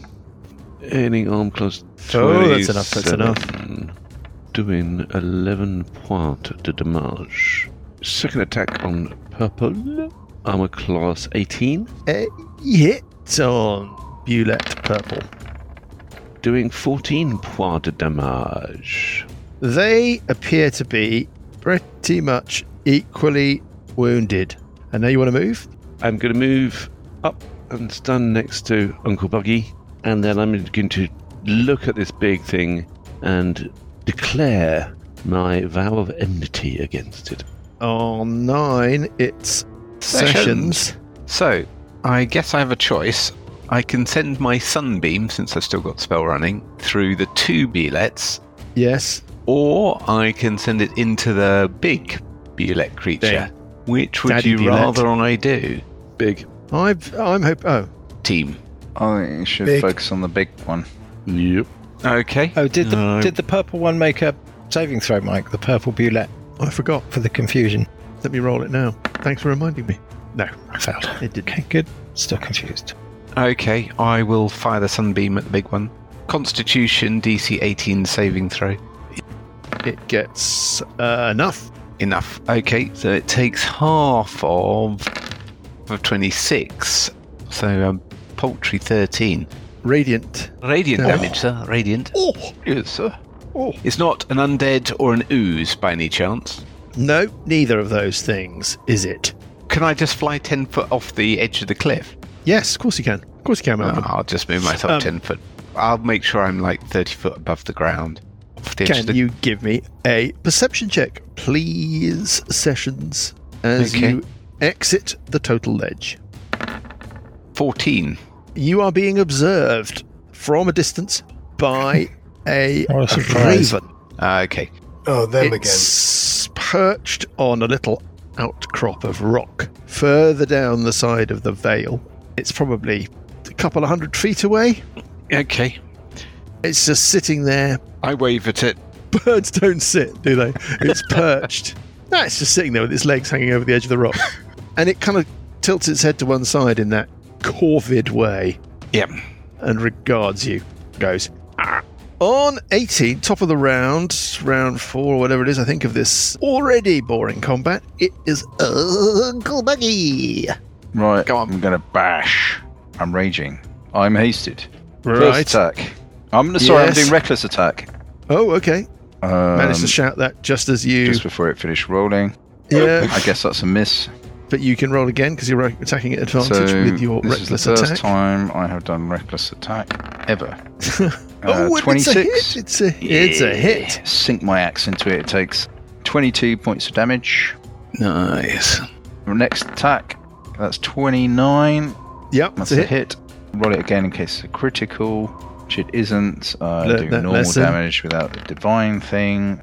[SPEAKER 2] Hitting arm class.
[SPEAKER 1] Oh, that's enough, that's
[SPEAKER 2] 27.
[SPEAKER 1] enough.
[SPEAKER 2] Doing 11 points de damage. Second attack on purple. Armor class 18.
[SPEAKER 1] Uh, hit on Bulette Purple.
[SPEAKER 2] Doing 14 points de damage.
[SPEAKER 1] They appear to be pretty much equally wounded. And now you want to move?
[SPEAKER 2] I'm going to move up and stand next to Uncle Buggy, and then I'm going to look at this big thing and declare my vow of enmity against it.
[SPEAKER 1] On Oh, nine, it's sessions.
[SPEAKER 7] So, I guess I have a choice. I can send my sunbeam, since I've still got spell running, through the two Belets,
[SPEAKER 1] Yes.
[SPEAKER 7] or I can send it into the big Belet creature. Which would
[SPEAKER 1] Daddy
[SPEAKER 7] you
[SPEAKER 1] Belet.
[SPEAKER 7] rather I do?
[SPEAKER 2] Big.
[SPEAKER 1] I've, I'm hope. Oh,
[SPEAKER 7] Team.
[SPEAKER 5] I think you should
[SPEAKER 4] Big.
[SPEAKER 5] focus on the big one.
[SPEAKER 2] Yep.
[SPEAKER 7] Okay.
[SPEAKER 3] Oh, did the
[SPEAKER 7] No.
[SPEAKER 3] did the purple one make a saving throw, Mike? The purple bullet
[SPEAKER 1] I forgot.
[SPEAKER 3] for the confusion.
[SPEAKER 1] Let me roll it now. Thanks for reminding me. No,
[SPEAKER 3] I failed.
[SPEAKER 1] it didn't.
[SPEAKER 3] Okay, good. Still confused.
[SPEAKER 7] Okay, I will fire the sunbeam at the big one. Constitution DC 18 saving throw.
[SPEAKER 1] It gets uh, enough.
[SPEAKER 7] Enough. Okay, so it takes half of of 26, so um, paltry 13.
[SPEAKER 1] Radiant.
[SPEAKER 7] Radiant
[SPEAKER 1] Oh.
[SPEAKER 7] damage, sir. Radiant. Oh, yes, sir.
[SPEAKER 1] Oh.
[SPEAKER 7] It's not an undead or an ooze by any chance.
[SPEAKER 1] No, neither of those things, is it?
[SPEAKER 7] Can I just fly 10 foot off the edge of the cliff?
[SPEAKER 1] Yes, of course you can. Of course you can,
[SPEAKER 3] Ah,
[SPEAKER 1] Malcolm.
[SPEAKER 7] Oh, I'll just move myself
[SPEAKER 1] Um,
[SPEAKER 7] 10 foot. I'll make sure I'm like 30 foot above the ground. Off the edge of
[SPEAKER 1] Can
[SPEAKER 7] the-
[SPEAKER 1] you give me a perception check, please, Sessions, as
[SPEAKER 7] Okay.
[SPEAKER 1] you exit the total ledge?
[SPEAKER 7] 14.
[SPEAKER 1] You are being observed from a distance
[SPEAKER 3] *laughs*
[SPEAKER 1] by a
[SPEAKER 3] What a surprise.
[SPEAKER 1] raven.
[SPEAKER 7] Uh, okay.
[SPEAKER 4] Oh, them
[SPEAKER 1] It's perched on a little outcrop of rock further down the side of the vale. It's probably a couple of hundred feet away.
[SPEAKER 7] Okay.
[SPEAKER 1] It's just sitting there.
[SPEAKER 7] I wave at it.
[SPEAKER 1] Birds don't sit, do they?
[SPEAKER 7] *laughs*
[SPEAKER 1] It's perched. no, it's just sitting there with its legs hanging over the edge of the rock. And it kind of tilts its head to one side in that corvid way
[SPEAKER 7] Yep.
[SPEAKER 1] and regards you. Goes, "Ah." On 18, top of the round, round four, or whatever it is, I think of this already boring combat, it is Uncle Buggy.
[SPEAKER 5] Right.
[SPEAKER 7] Go on.
[SPEAKER 5] I'm gonna bash. I'm raging. I'm hasted. First attack. I'm sorry.
[SPEAKER 1] Yes.
[SPEAKER 5] I'm doing reckless attack.
[SPEAKER 1] Oh, okay.
[SPEAKER 5] Um,
[SPEAKER 1] Managed to shout that just as you.
[SPEAKER 5] just before it finished rolling.
[SPEAKER 1] yeah.
[SPEAKER 5] I guess that's a miss.
[SPEAKER 1] But you can roll again because you're attacking at advantage
[SPEAKER 5] so
[SPEAKER 1] with your
[SPEAKER 5] this
[SPEAKER 1] reckless
[SPEAKER 5] is the first
[SPEAKER 1] attack.
[SPEAKER 5] time I have done reckless attack
[SPEAKER 1] *laughs*
[SPEAKER 5] ever.
[SPEAKER 1] oh, and it's a
[SPEAKER 5] 26.
[SPEAKER 1] hit! It's a, it's a hit.
[SPEAKER 5] uh, Yeah, Sink my axe into it. It takes 22 points of damage.
[SPEAKER 7] Nice.
[SPEAKER 5] Next attack, that's 29.
[SPEAKER 1] Yep,
[SPEAKER 5] That's
[SPEAKER 1] it's a
[SPEAKER 5] a
[SPEAKER 1] hit.
[SPEAKER 5] hit. Roll it again in case it's a critical, which it isn't. I
[SPEAKER 1] Le-
[SPEAKER 5] do
[SPEAKER 1] le-
[SPEAKER 5] normal
[SPEAKER 1] lesson.
[SPEAKER 5] damage without the divine thing.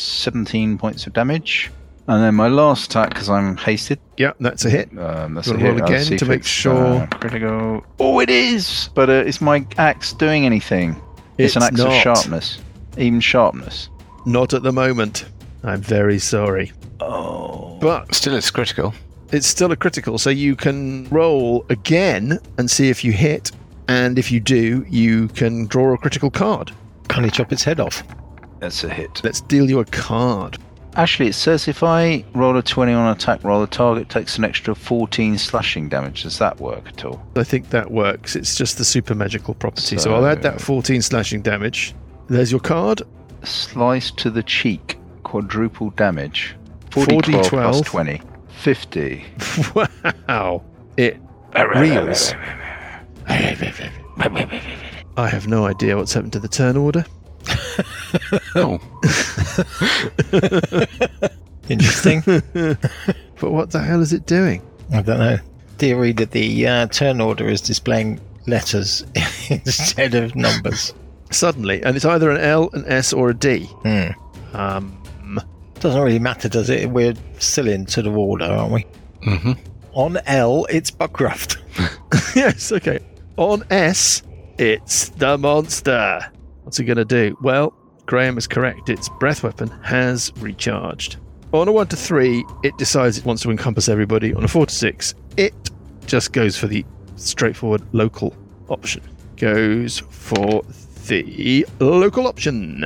[SPEAKER 5] 17 points of damage. And then my last attack, because I'm hasted.
[SPEAKER 1] Yep, that's a hit.
[SPEAKER 5] Um, that's
[SPEAKER 1] You
[SPEAKER 5] a
[SPEAKER 1] wanna roll
[SPEAKER 5] hit. I'll
[SPEAKER 1] again
[SPEAKER 5] see
[SPEAKER 1] to
[SPEAKER 5] if
[SPEAKER 1] make
[SPEAKER 5] it's,
[SPEAKER 1] sure-
[SPEAKER 5] uh, critical. Oh, it is! But uh, is my axe doing anything? It's, an axe
[SPEAKER 1] not,
[SPEAKER 5] of sharpness. Even sharpness.
[SPEAKER 1] Not at the moment. I'm very sorry.
[SPEAKER 5] Oh.
[SPEAKER 1] But
[SPEAKER 7] Still, it's critical.
[SPEAKER 1] it's still a critical, so you can roll again and see if you hit. And if you do, you can draw a critical card.
[SPEAKER 3] Can he chop its head off?
[SPEAKER 5] That's a hit.
[SPEAKER 1] Let's deal you a card.
[SPEAKER 5] Actually, it says if I roll a 20 on attack roll, the target takes an extra 14 slashing damage. Does that work at all?
[SPEAKER 1] I think that works. It's just the super magical property. So,
[SPEAKER 5] So-
[SPEAKER 1] I'll add that 14 slashing damage. There's your card. *laughs*
[SPEAKER 5] Slice to the cheek, quadruple damage.
[SPEAKER 1] 4D12
[SPEAKER 5] 4d12 plus 20. 50.
[SPEAKER 1] Wow. It reels. I have no idea what's happened to the turn order.
[SPEAKER 7] Oh,
[SPEAKER 3] *laughs* Interesting.
[SPEAKER 1] But what the hell is it doing?
[SPEAKER 3] I don't know. Theory that the uh, turn order is displaying letters *laughs* instead of numbers.
[SPEAKER 1] Suddenly, and it's either an L, an S, or a D.
[SPEAKER 3] Hmm.
[SPEAKER 1] Um,
[SPEAKER 3] Doesn't really matter, does it? We're still into the order, aren't we?
[SPEAKER 7] mm-hmm.
[SPEAKER 3] On L, it's *laughs* Buckcraft.
[SPEAKER 1] *laughs* yes, okay. On S, it's the monster. What's he going to do? Well, Graham is correct. Its breath weapon has recharged. On a 1 to 3, it decides it wants to encompass everybody. On a 4 to 6, it just goes for the straightforward local option. Goes for the local option.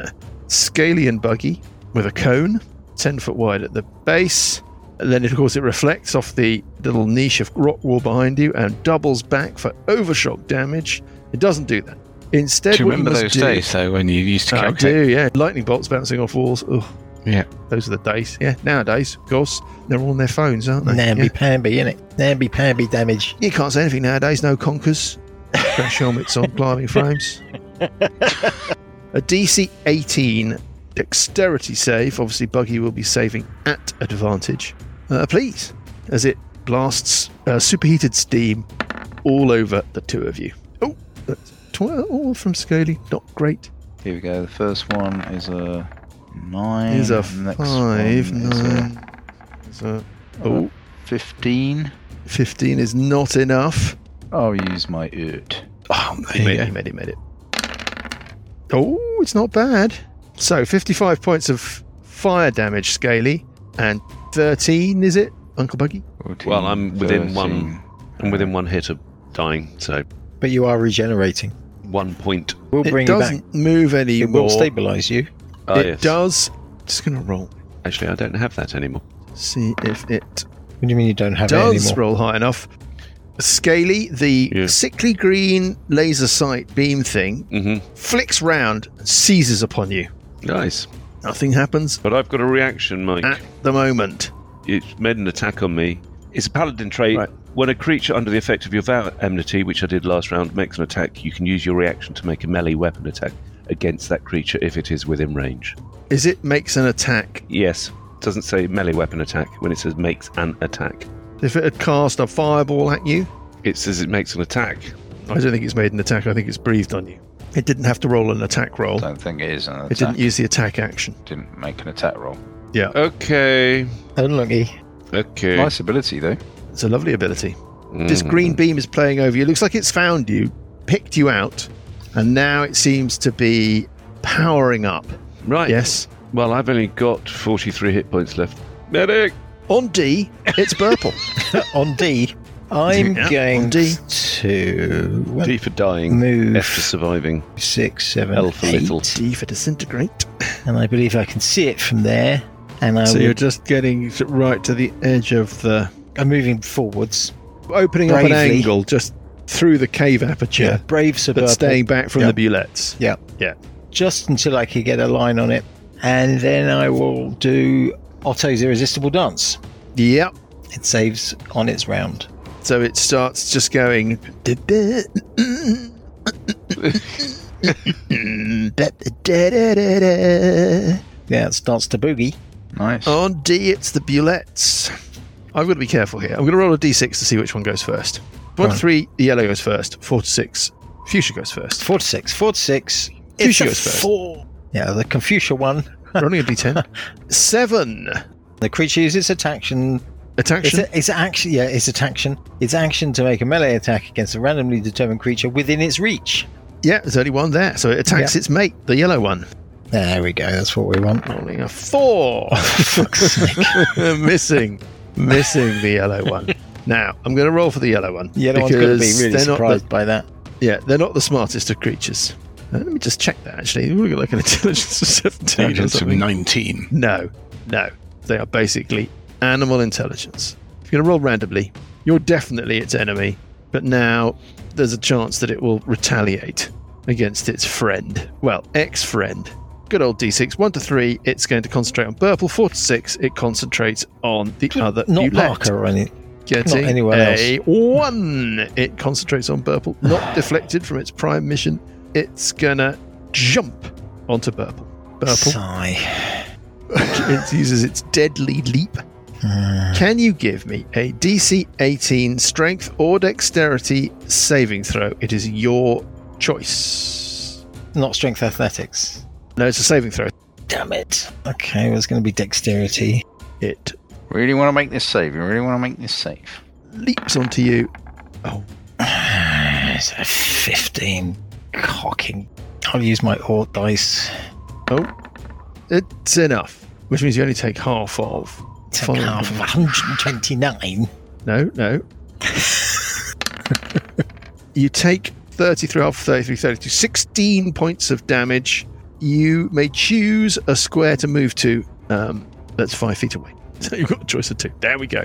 [SPEAKER 1] Scaly and buggy with a cone, 10 foot wide at the base. And then, of course, it reflects off the little niche of rock wall behind you and doubles back for overshot damage. It doesn't do that. Instead,
[SPEAKER 7] do you
[SPEAKER 1] what you
[SPEAKER 7] remember
[SPEAKER 1] must
[SPEAKER 7] those
[SPEAKER 1] do- Uh,
[SPEAKER 7] days though when you used to
[SPEAKER 1] I
[SPEAKER 7] calculate?
[SPEAKER 1] do, yeah. Lightning bolts bouncing off walls. Ugh.
[SPEAKER 7] Yeah.
[SPEAKER 1] Those are the days. Yeah. Nowadays, of course, they're all on their phones, aren't they? Yeah.
[SPEAKER 3] Namby pamby, innit? Namby pamby damage.
[SPEAKER 1] You can't say anything nowadays. No conkers, crash helmets on climbing frames. A DC 18 dexterity save. Obviously, Buggy will be saving at advantage. Uh, please, as it blasts uh, superheated steam all over the two of you. Oh, that's 12 all from Scaly. Not great.
[SPEAKER 5] Here we go. The first one is a 9.
[SPEAKER 1] Here's a
[SPEAKER 5] The
[SPEAKER 1] 5,
[SPEAKER 5] next one is uh, a
[SPEAKER 1] 9. is a- oh,
[SPEAKER 5] 15.
[SPEAKER 1] 15 is not enough.
[SPEAKER 5] I'll use my oot.
[SPEAKER 7] Oh,
[SPEAKER 1] He
[SPEAKER 7] there
[SPEAKER 1] made,
[SPEAKER 7] you
[SPEAKER 1] he
[SPEAKER 7] go.
[SPEAKER 1] made it, made it. Oh, it's not bad. So 55 points of fire damage, Scaly, and 13, is it, Uncle Buggy?
[SPEAKER 5] 14,
[SPEAKER 2] Well, I'm within one.
[SPEAKER 5] 13.
[SPEAKER 2] And within one hit of dying, so
[SPEAKER 3] But you are regenerating.
[SPEAKER 2] one point.
[SPEAKER 3] We'll bring
[SPEAKER 1] it
[SPEAKER 3] you back.
[SPEAKER 1] doesn't move any
[SPEAKER 3] It
[SPEAKER 1] more.
[SPEAKER 3] will stabilise you.
[SPEAKER 2] Ah,
[SPEAKER 1] it
[SPEAKER 2] yes.
[SPEAKER 1] does. Just going to roll.
[SPEAKER 2] Actually, I don't have that anymore.
[SPEAKER 1] See if it
[SPEAKER 3] What do you mean you don't have it
[SPEAKER 1] does
[SPEAKER 3] anymore?
[SPEAKER 1] roll high enough. Scaly, the
[SPEAKER 2] Yeah.
[SPEAKER 1] sickly green laser sight beam thing,
[SPEAKER 2] Mm-hmm.
[SPEAKER 1] flicks round and seizes upon you.
[SPEAKER 2] Nice.
[SPEAKER 1] Nothing happens
[SPEAKER 2] But I've got a reaction, Mike.
[SPEAKER 1] at the moment.
[SPEAKER 2] It's made an attack on me. It's a paladin trait.
[SPEAKER 1] Right.
[SPEAKER 2] When a creature under the effect of your vow enmity, which I did last round, makes an attack, you can use your reaction to make a melee weapon attack against that creature if it is within range.
[SPEAKER 1] Is it makes an attack
[SPEAKER 2] Yes. Doesn't say melee weapon attack when it says makes an attack.
[SPEAKER 1] If it had cast a fireball at you,
[SPEAKER 2] It says it makes an attack.
[SPEAKER 1] I don't think it's made an attack. I think it's breathed on you. It didn't have to roll an attack roll.
[SPEAKER 5] I don't think it is an attack.
[SPEAKER 1] It didn't use the attack action.
[SPEAKER 5] Didn't make an attack roll.
[SPEAKER 2] Okay.
[SPEAKER 3] Unlucky.
[SPEAKER 2] Okay.
[SPEAKER 5] Nice ability, though.
[SPEAKER 1] It's a lovely ability. This green beam is playing over you. It looks like it's found you, picked you out, and now it seems to be powering up.
[SPEAKER 2] Right.
[SPEAKER 1] Yes.
[SPEAKER 2] Well, I've only got 43 hit points left. Medic!
[SPEAKER 1] On D, it's purple.
[SPEAKER 3] On D, I'm
[SPEAKER 1] Yeah,
[SPEAKER 3] going
[SPEAKER 1] on D.
[SPEAKER 3] to well,
[SPEAKER 2] D for dying.
[SPEAKER 3] Move.
[SPEAKER 2] F for surviving.
[SPEAKER 3] six, seven,
[SPEAKER 2] L for
[SPEAKER 3] eight,
[SPEAKER 1] *laughs*
[SPEAKER 2] little.
[SPEAKER 1] D for disintegrate. Um,
[SPEAKER 3] and I believe I can see it from there. And I
[SPEAKER 1] So
[SPEAKER 3] will,
[SPEAKER 1] you're just getting right to the edge of the.
[SPEAKER 3] I'm moving forwards.
[SPEAKER 1] Opening up an
[SPEAKER 3] Bravely.
[SPEAKER 1] angle just through the cave aperture,
[SPEAKER 3] brave
[SPEAKER 1] but
[SPEAKER 3] suburban.
[SPEAKER 1] staying back from
[SPEAKER 3] Yeah.
[SPEAKER 1] the bullets.
[SPEAKER 3] Yeah,
[SPEAKER 1] Yeah.
[SPEAKER 3] just until I can get a line on it, and then I will do Otto's irresistible dance.
[SPEAKER 1] Yep.
[SPEAKER 3] It saves on its round.
[SPEAKER 1] So it starts just going.
[SPEAKER 3] Yeah, it starts to boogie.
[SPEAKER 5] Nice.
[SPEAKER 1] On D, it's the Bulettes. I've got to be careful here. I'm going to roll a D6 to see which one goes first. One to three, the yellow goes first. Four to six, Fuchsia goes first.
[SPEAKER 3] Four to six. Four to six.
[SPEAKER 1] Fuchsia
[SPEAKER 3] It's a
[SPEAKER 1] goes first.
[SPEAKER 3] Four. Yeah, the Confucius one.
[SPEAKER 1] Rolling a
[SPEAKER 3] *laughs*
[SPEAKER 1] D10. Seven.
[SPEAKER 3] The creature uses its action.
[SPEAKER 1] Attack.
[SPEAKER 3] It's, a, it's action. Yeah, it's its action. It's action to make a melee attack against a randomly determined creature within its reach.
[SPEAKER 1] Yeah, there's only one there. So it attacks its mate, the yellow one.
[SPEAKER 3] There we go. That's what we want.
[SPEAKER 1] Rolling a
[SPEAKER 3] *laughs*
[SPEAKER 1] four. *laughs* missing. Missing the yellow
[SPEAKER 3] *laughs*
[SPEAKER 1] one. Now, I'm going to roll for the yellow one.
[SPEAKER 3] The other one's going to be
[SPEAKER 1] because
[SPEAKER 3] really
[SPEAKER 1] they're not the-
[SPEAKER 3] surprised by that.
[SPEAKER 1] Yeah, they're not the smartest of creatures. Uh, let me just check that actually. We've got like an intelligence of *laughs* 17 or
[SPEAKER 6] Agents of
[SPEAKER 1] something.
[SPEAKER 6] 19.
[SPEAKER 1] No, no. They are basically animal intelligence. If you're going to roll randomly, you're definitely its enemy, but now there's a chance that it will retaliate against its friend. Well, ex friend. Good old d6. 1 to 3, it's going to concentrate on Burple. 4 to 6, it concentrates on the other.
[SPEAKER 3] Not
[SPEAKER 1] Ulect
[SPEAKER 3] Parker or anything.
[SPEAKER 1] getting
[SPEAKER 3] Not anyone
[SPEAKER 1] a one. It concentrates on Burple,
[SPEAKER 3] *sighs*
[SPEAKER 1] not deflected from its prime mission. It's gonna jump onto Burple. Burple
[SPEAKER 3] Sigh.
[SPEAKER 1] it uses its deadly leap.
[SPEAKER 3] Hmm.
[SPEAKER 1] Can you give me a DC 18 strength or dexterity saving throw? It is your choice.
[SPEAKER 3] Not strength athletics.
[SPEAKER 1] No, it's a saving throw.
[SPEAKER 3] Damn it. Okay, well, it's going to be dexterity.
[SPEAKER 1] It
[SPEAKER 5] Really want to make this save. You really want to make this save.
[SPEAKER 1] leaps onto you.
[SPEAKER 3] It's a 15. Cocking. I'll use my ort dice.
[SPEAKER 1] Oh, it's enough, which means you only take half of.
[SPEAKER 3] Take
[SPEAKER 1] Follow-
[SPEAKER 3] half of 129.
[SPEAKER 1] No, no. *laughs* you take 33 half, 33, 32, 16 points of damage. You may choose a square to move to um, that's five feet away. *laughs* So you've got a choice of two. There we go.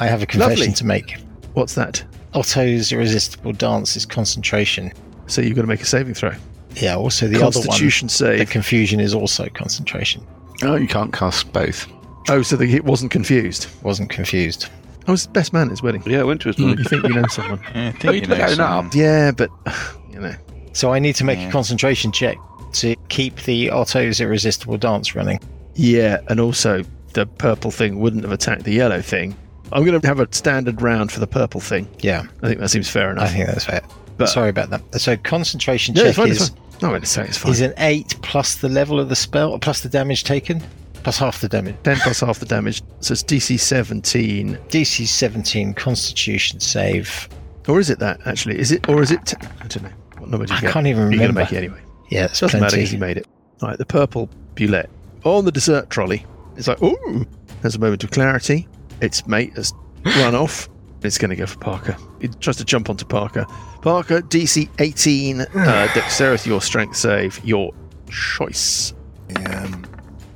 [SPEAKER 3] I have a confession
[SPEAKER 1] Lovely.
[SPEAKER 3] to make.
[SPEAKER 1] What's that?
[SPEAKER 3] Otto's irresistible dance is concentration.
[SPEAKER 1] So you've got to make a saving throw.
[SPEAKER 3] Yeah, also the other one.
[SPEAKER 1] Constitution
[SPEAKER 3] The
[SPEAKER 1] save.
[SPEAKER 3] confusion is also concentration.
[SPEAKER 7] Oh, you can't cast both.
[SPEAKER 1] oh, so the, it wasn't confused.
[SPEAKER 3] Wasn't confused.
[SPEAKER 1] I was the best man at
[SPEAKER 7] *laughs*
[SPEAKER 1] his wedding.
[SPEAKER 2] Yeah, I went to his party.
[SPEAKER 1] You think you know someone?
[SPEAKER 5] Yeah, I think
[SPEAKER 7] Oh, you
[SPEAKER 5] you
[SPEAKER 7] took
[SPEAKER 5] know
[SPEAKER 7] that one
[SPEAKER 5] someone.
[SPEAKER 1] Yeah, but *sighs* you know.
[SPEAKER 3] So I need to make a concentration check to keep the Otto's irresistible dance running.
[SPEAKER 1] Yeah, and also the purple thing wouldn't have attacked the yellow thing. I'm going to have a standard round for the purple thing.
[SPEAKER 3] Yeah,
[SPEAKER 1] I think that seems fair
[SPEAKER 3] I
[SPEAKER 1] enough.
[SPEAKER 3] think that's fair.
[SPEAKER 1] But-
[SPEAKER 3] Sorry about that. So concentration
[SPEAKER 1] no,
[SPEAKER 3] check
[SPEAKER 1] it's fine.
[SPEAKER 3] is
[SPEAKER 1] It's fine. No, I'm saying it's fine.
[SPEAKER 3] is an eight plus the level of the spell, plus the damage taken, plus half the damage.
[SPEAKER 1] Ten plus half the damage, so it's DC 17.
[SPEAKER 3] DC 17 Constitution save.
[SPEAKER 1] Or is it that actually? Is it or is it? I I don't know. What number did you
[SPEAKER 3] I
[SPEAKER 1] get?
[SPEAKER 3] can't even
[SPEAKER 1] You're
[SPEAKER 3] remember.
[SPEAKER 1] Gonna make it anyway.
[SPEAKER 3] Yeah, it's
[SPEAKER 1] Doesn't matter
[SPEAKER 3] plenty.
[SPEAKER 1] because you made it. All right, the purple bullet on the dessert trolley. It's like, ooh, has a moment of clarity. Its mate
[SPEAKER 4] *gasps*
[SPEAKER 1] has run off. It's going to go for Parker. It tries to jump onto Parker. Parker, DC 18,
[SPEAKER 4] *sighs*
[SPEAKER 1] uh, dexterity or strength save, your choice.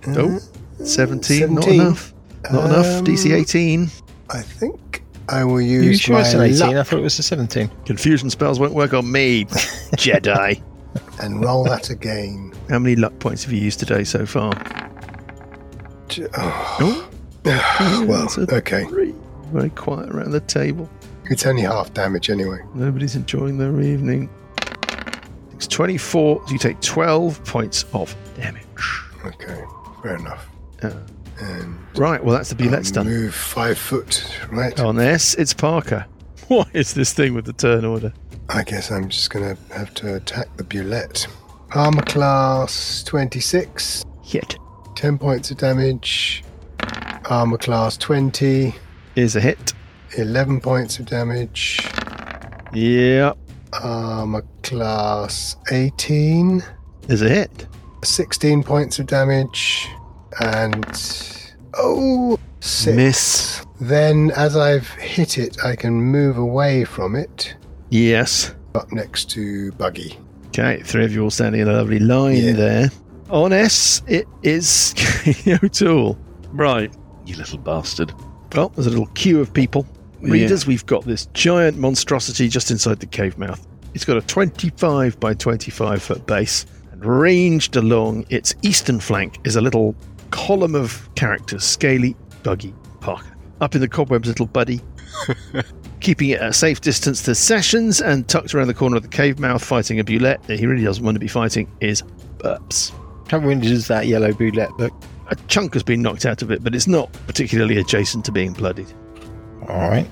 [SPEAKER 1] Oh, 17, not
[SPEAKER 4] 17.
[SPEAKER 1] enough. Not enough. DC
[SPEAKER 4] Uh, Um,
[SPEAKER 1] 18.
[SPEAKER 4] I think I will
[SPEAKER 3] You
[SPEAKER 4] use
[SPEAKER 3] sure
[SPEAKER 4] my
[SPEAKER 3] it's an 18? I
[SPEAKER 4] luck
[SPEAKER 3] thought it was a 17.
[SPEAKER 1] Confusion spells won't work on
[SPEAKER 4] *laughs*
[SPEAKER 1] me, Jedi.
[SPEAKER 4] and roll that again.
[SPEAKER 1] How many luck points have you used today so far?
[SPEAKER 4] J- Oh. *sighs* well,
[SPEAKER 1] That's a
[SPEAKER 4] okay.
[SPEAKER 1] three. Very quiet around the table.
[SPEAKER 4] It's only half damage anyway.
[SPEAKER 1] Nobody's enjoying their evening. It's 24. So you take 12 points of damage.
[SPEAKER 4] Okay, fair enough.
[SPEAKER 1] Yeah.
[SPEAKER 4] And
[SPEAKER 1] Right, well, that's the E Bulette's done.
[SPEAKER 4] move five foot, right?
[SPEAKER 1] On this, it's *laughs* Parker. What is this thing with the turn order?
[SPEAKER 4] I guess I'm just going to have to attack the Bulette. Armor class 26,
[SPEAKER 1] Hit.
[SPEAKER 4] 10 points of damage. Armor class 20,
[SPEAKER 1] Is a hit.
[SPEAKER 4] 11 points of damage.
[SPEAKER 1] Yeah.
[SPEAKER 4] Armor class 18,
[SPEAKER 1] Is a hit.
[SPEAKER 4] 16 points of damage. And. Oh! Six.
[SPEAKER 1] Miss.
[SPEAKER 4] Then, as I've hit it, I can move away from it
[SPEAKER 1] Yes.
[SPEAKER 4] up next to Buggy.
[SPEAKER 1] Okay, three of you all standing in a lovely line
[SPEAKER 4] Yeah.
[SPEAKER 1] there. On S, it is *laughs* O'Toole. Right.
[SPEAKER 2] You little bastard.
[SPEAKER 1] Well, there's a little queue of people.
[SPEAKER 2] Yeah.
[SPEAKER 1] Readers, we've got this giant monstrosity just inside the cave mouth. It's got a 25 by 25 foot base, and ranged along its eastern flank is a little column of characters Scaly, Buggy, Parker. up in the cobwebs, little buddy. Keeping it at a safe distance to Sessions and tucked around the corner of the cave mouth, fighting a bulette that he really doesn't want to be fighting is Burps.
[SPEAKER 3] How windy does that yellow bullet look?
[SPEAKER 1] A chunk has been knocked out of it, but it's not particularly adjacent to being bloodied.
[SPEAKER 3] All right.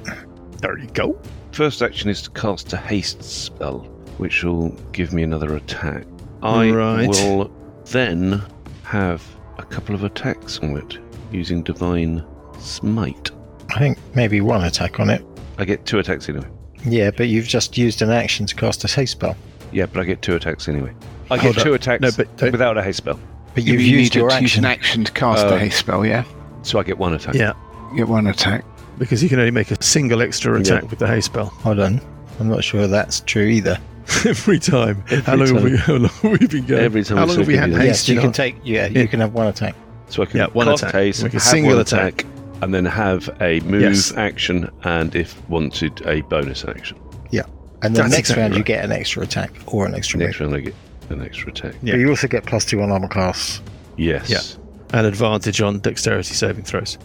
[SPEAKER 1] There you go.
[SPEAKER 2] First action is to cast a haste spell, which will give me another attack. I
[SPEAKER 1] Right.
[SPEAKER 2] will then have a couple of attacks on it using divine smite.
[SPEAKER 3] I think maybe one attack on it.
[SPEAKER 2] I get two attacks anyway.
[SPEAKER 3] Yeah, but you've just used an action to cast a haste spell.
[SPEAKER 2] Yeah, but I get two attacks anyway. I
[SPEAKER 1] Hold
[SPEAKER 2] get two
[SPEAKER 1] up.
[SPEAKER 2] attacks
[SPEAKER 1] No, but don't-
[SPEAKER 2] without a haste spell,
[SPEAKER 3] But you've
[SPEAKER 6] you
[SPEAKER 3] used
[SPEAKER 6] need
[SPEAKER 3] your
[SPEAKER 6] to use
[SPEAKER 3] action.
[SPEAKER 6] an action to cast
[SPEAKER 2] Oh.
[SPEAKER 6] a haste spell, yeah?
[SPEAKER 2] so I get one attack.
[SPEAKER 1] Yeah,
[SPEAKER 6] Get one attack.
[SPEAKER 1] because he can only make a single extra attack with the haste spell *laughs*
[SPEAKER 3] Hold on. I'm not sure that's true either.
[SPEAKER 1] every time. how, long Have
[SPEAKER 2] time.
[SPEAKER 1] we, how long have we been going?
[SPEAKER 2] Every time
[SPEAKER 1] how
[SPEAKER 2] we
[SPEAKER 1] long have
[SPEAKER 2] say
[SPEAKER 1] we
[SPEAKER 2] we
[SPEAKER 1] had
[SPEAKER 2] do
[SPEAKER 1] haste?
[SPEAKER 2] that.
[SPEAKER 3] Yes, you
[SPEAKER 1] in
[SPEAKER 3] can
[SPEAKER 1] our-
[SPEAKER 3] take. Yeah, you can have one attack.
[SPEAKER 2] So I can
[SPEAKER 1] Yeah, one
[SPEAKER 2] cast
[SPEAKER 1] attack.
[SPEAKER 2] haste,
[SPEAKER 1] Make a
[SPEAKER 2] have
[SPEAKER 1] single
[SPEAKER 2] one
[SPEAKER 1] attack.
[SPEAKER 2] and then have a move
[SPEAKER 1] Yes.
[SPEAKER 2] action, and if wanted, a bonus action.
[SPEAKER 3] And then
[SPEAKER 1] That's
[SPEAKER 3] next
[SPEAKER 1] exactly
[SPEAKER 3] round you
[SPEAKER 1] right.
[SPEAKER 3] get an extra attack or an extra
[SPEAKER 2] Next
[SPEAKER 3] move.
[SPEAKER 2] round, I get an extra attack.
[SPEAKER 1] Yeah.
[SPEAKER 3] But you also get plus two on armor class.
[SPEAKER 2] Yes.
[SPEAKER 1] an advantage on dexterity saving throws.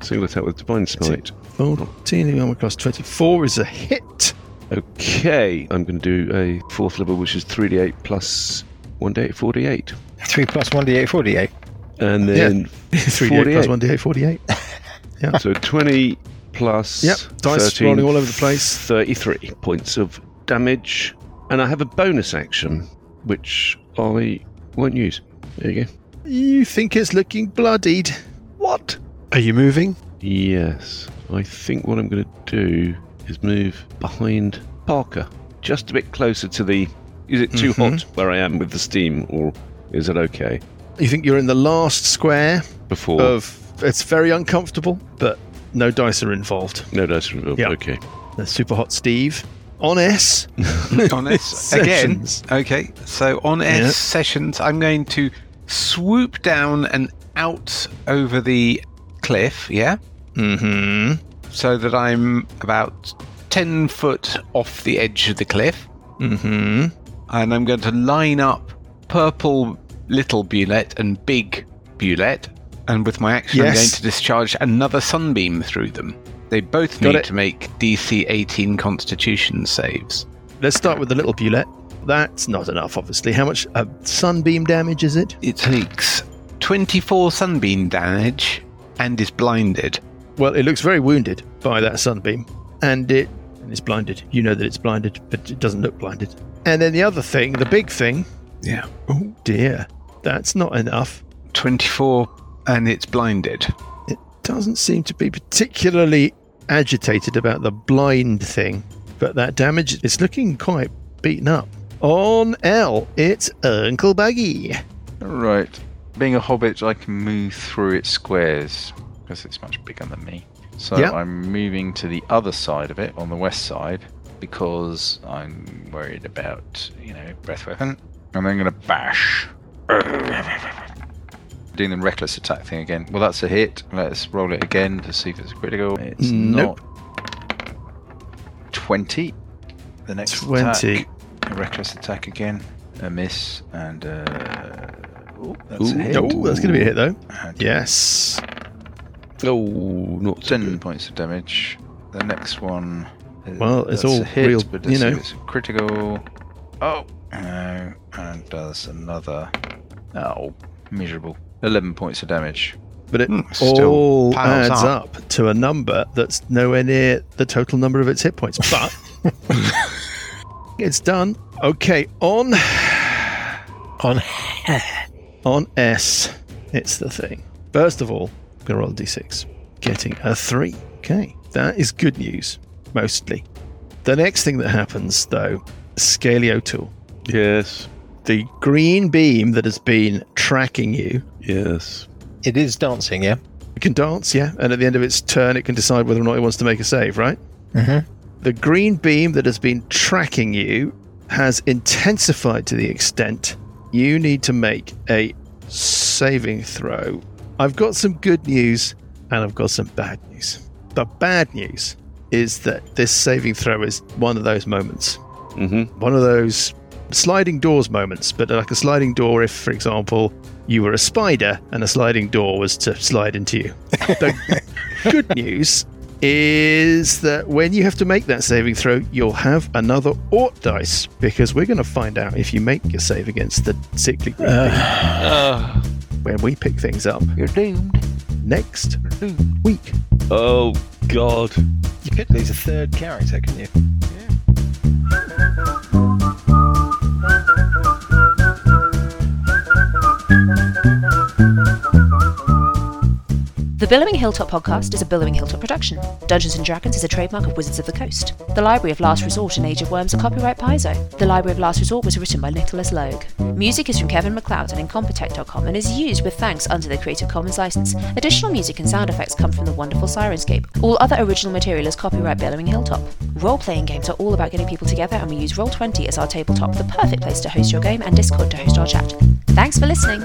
[SPEAKER 2] Single attack with divine smite.
[SPEAKER 1] 14 armor class 24 is a hit. *laughs*
[SPEAKER 2] Okay, I'm going to do a fourth level, which is 3d8 plus 1d8, 48.
[SPEAKER 3] Three plus one d8, four d8.
[SPEAKER 2] And then
[SPEAKER 1] 3d8 plus 1d8, 48.
[SPEAKER 2] So 20 plus
[SPEAKER 1] Yep, dice
[SPEAKER 2] 13,
[SPEAKER 1] rolling all over the place.
[SPEAKER 2] 33 points of damage. And I have a bonus action, which I won't use. There you go.
[SPEAKER 1] You think it's looking bloodied.
[SPEAKER 2] What?
[SPEAKER 1] Are you moving?
[SPEAKER 2] Yes. I think what I'm going to do is move behind Parker, just a bit closer to the. Is it too
[SPEAKER 1] Mm-hmm.
[SPEAKER 2] hot where I am with the steam, or is it okay?
[SPEAKER 1] You think you're in the last square
[SPEAKER 2] Before.
[SPEAKER 1] of. It's very uncomfortable, but no dice are involved.
[SPEAKER 2] no, that's yeah.
[SPEAKER 1] Yeah.
[SPEAKER 2] okay.
[SPEAKER 1] The super hot Steve. On S.
[SPEAKER 7] *laughs* on
[SPEAKER 1] *laughs*
[SPEAKER 7] S again.
[SPEAKER 1] Sessions.
[SPEAKER 7] Okay, so on S
[SPEAKER 1] Yeah.
[SPEAKER 7] sessions, I'm going to swoop down and out over the cliff, yeah,
[SPEAKER 1] Mm
[SPEAKER 7] so that I'm about 10 foot off the edge of the cliff.
[SPEAKER 1] hmm. Mm hmm.
[SPEAKER 7] And I'm going to line up purple little bullet and big bullet. And with my action, I'm
[SPEAKER 1] Yes.
[SPEAKER 7] going to discharge another sunbeam through them. They both
[SPEAKER 1] Got
[SPEAKER 7] need
[SPEAKER 1] it.
[SPEAKER 7] to make DC 18 constitution saves.
[SPEAKER 1] Let's start with the little bullet. That's not enough, obviously. How much uh, sunbeam damage is it?
[SPEAKER 7] It takes 24 sunbeam damage and is blinded.
[SPEAKER 1] Well, it looks very wounded by that sunbeam, and it and it's blinded. You know that it's blinded, but it doesn't look blinded. And then the other thing, the big thing.
[SPEAKER 7] Yeah.
[SPEAKER 1] Oh dear, that's not enough.
[SPEAKER 7] 24 and it's blinded.
[SPEAKER 1] It doesn't seem to be particularly agitated about the blind thing, but that damage it's looking quite beaten up. On L, it's Uncle Buggy.
[SPEAKER 5] Right. Being a hobbit, I can move through its squares because it's much bigger than me. So
[SPEAKER 1] Yeah.
[SPEAKER 5] I'm moving to the other side of it, on the west side, because I'm worried about, you know, breath weapon. And then I'm going to bash. Doing the reckless attack thing again. Well, that's a hit. Let's roll it again to see if it's critical. It's
[SPEAKER 1] Nope.
[SPEAKER 5] not. 20. The next
[SPEAKER 1] 20.
[SPEAKER 5] attack. A reckless attack again. A miss. And, uh. ooh, that's a
[SPEAKER 2] Ooh.
[SPEAKER 5] hit.
[SPEAKER 1] Oh, that's going to be a hit though.
[SPEAKER 5] And
[SPEAKER 1] Yes.
[SPEAKER 2] Oh, not so
[SPEAKER 5] 10
[SPEAKER 2] good.
[SPEAKER 5] points of damage. The next one. uh,
[SPEAKER 1] Well, it's
[SPEAKER 5] that's
[SPEAKER 1] all
[SPEAKER 5] a hit,
[SPEAKER 1] real-
[SPEAKER 5] but
[SPEAKER 1] you
[SPEAKER 5] let's see
[SPEAKER 1] know.
[SPEAKER 5] if It's a critical. Oh! No, and does another. Oh, miserable. 11 points of damage.
[SPEAKER 1] but it
[SPEAKER 7] Hmm, still
[SPEAKER 1] all
[SPEAKER 7] piles
[SPEAKER 1] adds
[SPEAKER 7] up.
[SPEAKER 1] up. to a number that's nowhere near the total number of its hit points. But
[SPEAKER 7] *laughs*
[SPEAKER 1] it's done. Okay, on
[SPEAKER 3] On
[SPEAKER 1] *sighs* on S, it's the thing. First of all, I'm gonna roll a d6. Getting a three. Okay, that is good news, mostly. The next thing that happens, though, Scaly O'Toole,
[SPEAKER 2] Yes,
[SPEAKER 1] the green beam that has been tracking you,
[SPEAKER 2] yes.
[SPEAKER 3] it is dancing, yeah.
[SPEAKER 1] It can dance, yeah. And at the end of its turn, it can decide whether or not it wants to make a save, right?
[SPEAKER 3] Mhm.
[SPEAKER 1] The green beam that has been tracking you has intensified to the extent you need to make a saving throw. I've got some good news and I've got some bad news. The bad news is that this saving throw is one of those moments
[SPEAKER 2] hmm
[SPEAKER 1] one of those sliding doors moments, but like a sliding door if, for
[SPEAKER 7] *laughs*
[SPEAKER 1] example, you were a spider and a sliding door was to slide into you. The, good news is that when you have to make that saving throw, you'll have another Ort dice because we're going to find out if you make your save against the sickly green thing when we pick things up
[SPEAKER 7] Uh, You're doomed.
[SPEAKER 1] next week.
[SPEAKER 8] Oh, God.
[SPEAKER 3] You could lose a third character, couldn't you?
[SPEAKER 9] The Billowing Hilltop podcast is a Billowing Hilltop production. Dungeons and Dragons is a trademark of Wizards of the Coast. The Library of Last Resort and Age of Worms are copyright Paizo. The Library of Last Resort was written by Nicholas Logue. Music is from Kevin MacLeod and Incompetech.com and is used with thanks under the Creative Commons license. Additional music and sound effects come from the wonderful Sirenscape. All other original material is copyright Billowing Hilltop. Role playing games are all about getting people together, and we use Roll20 as our tabletop, the perfect place to host your game, and Discord to host our chat. Thanks for listening!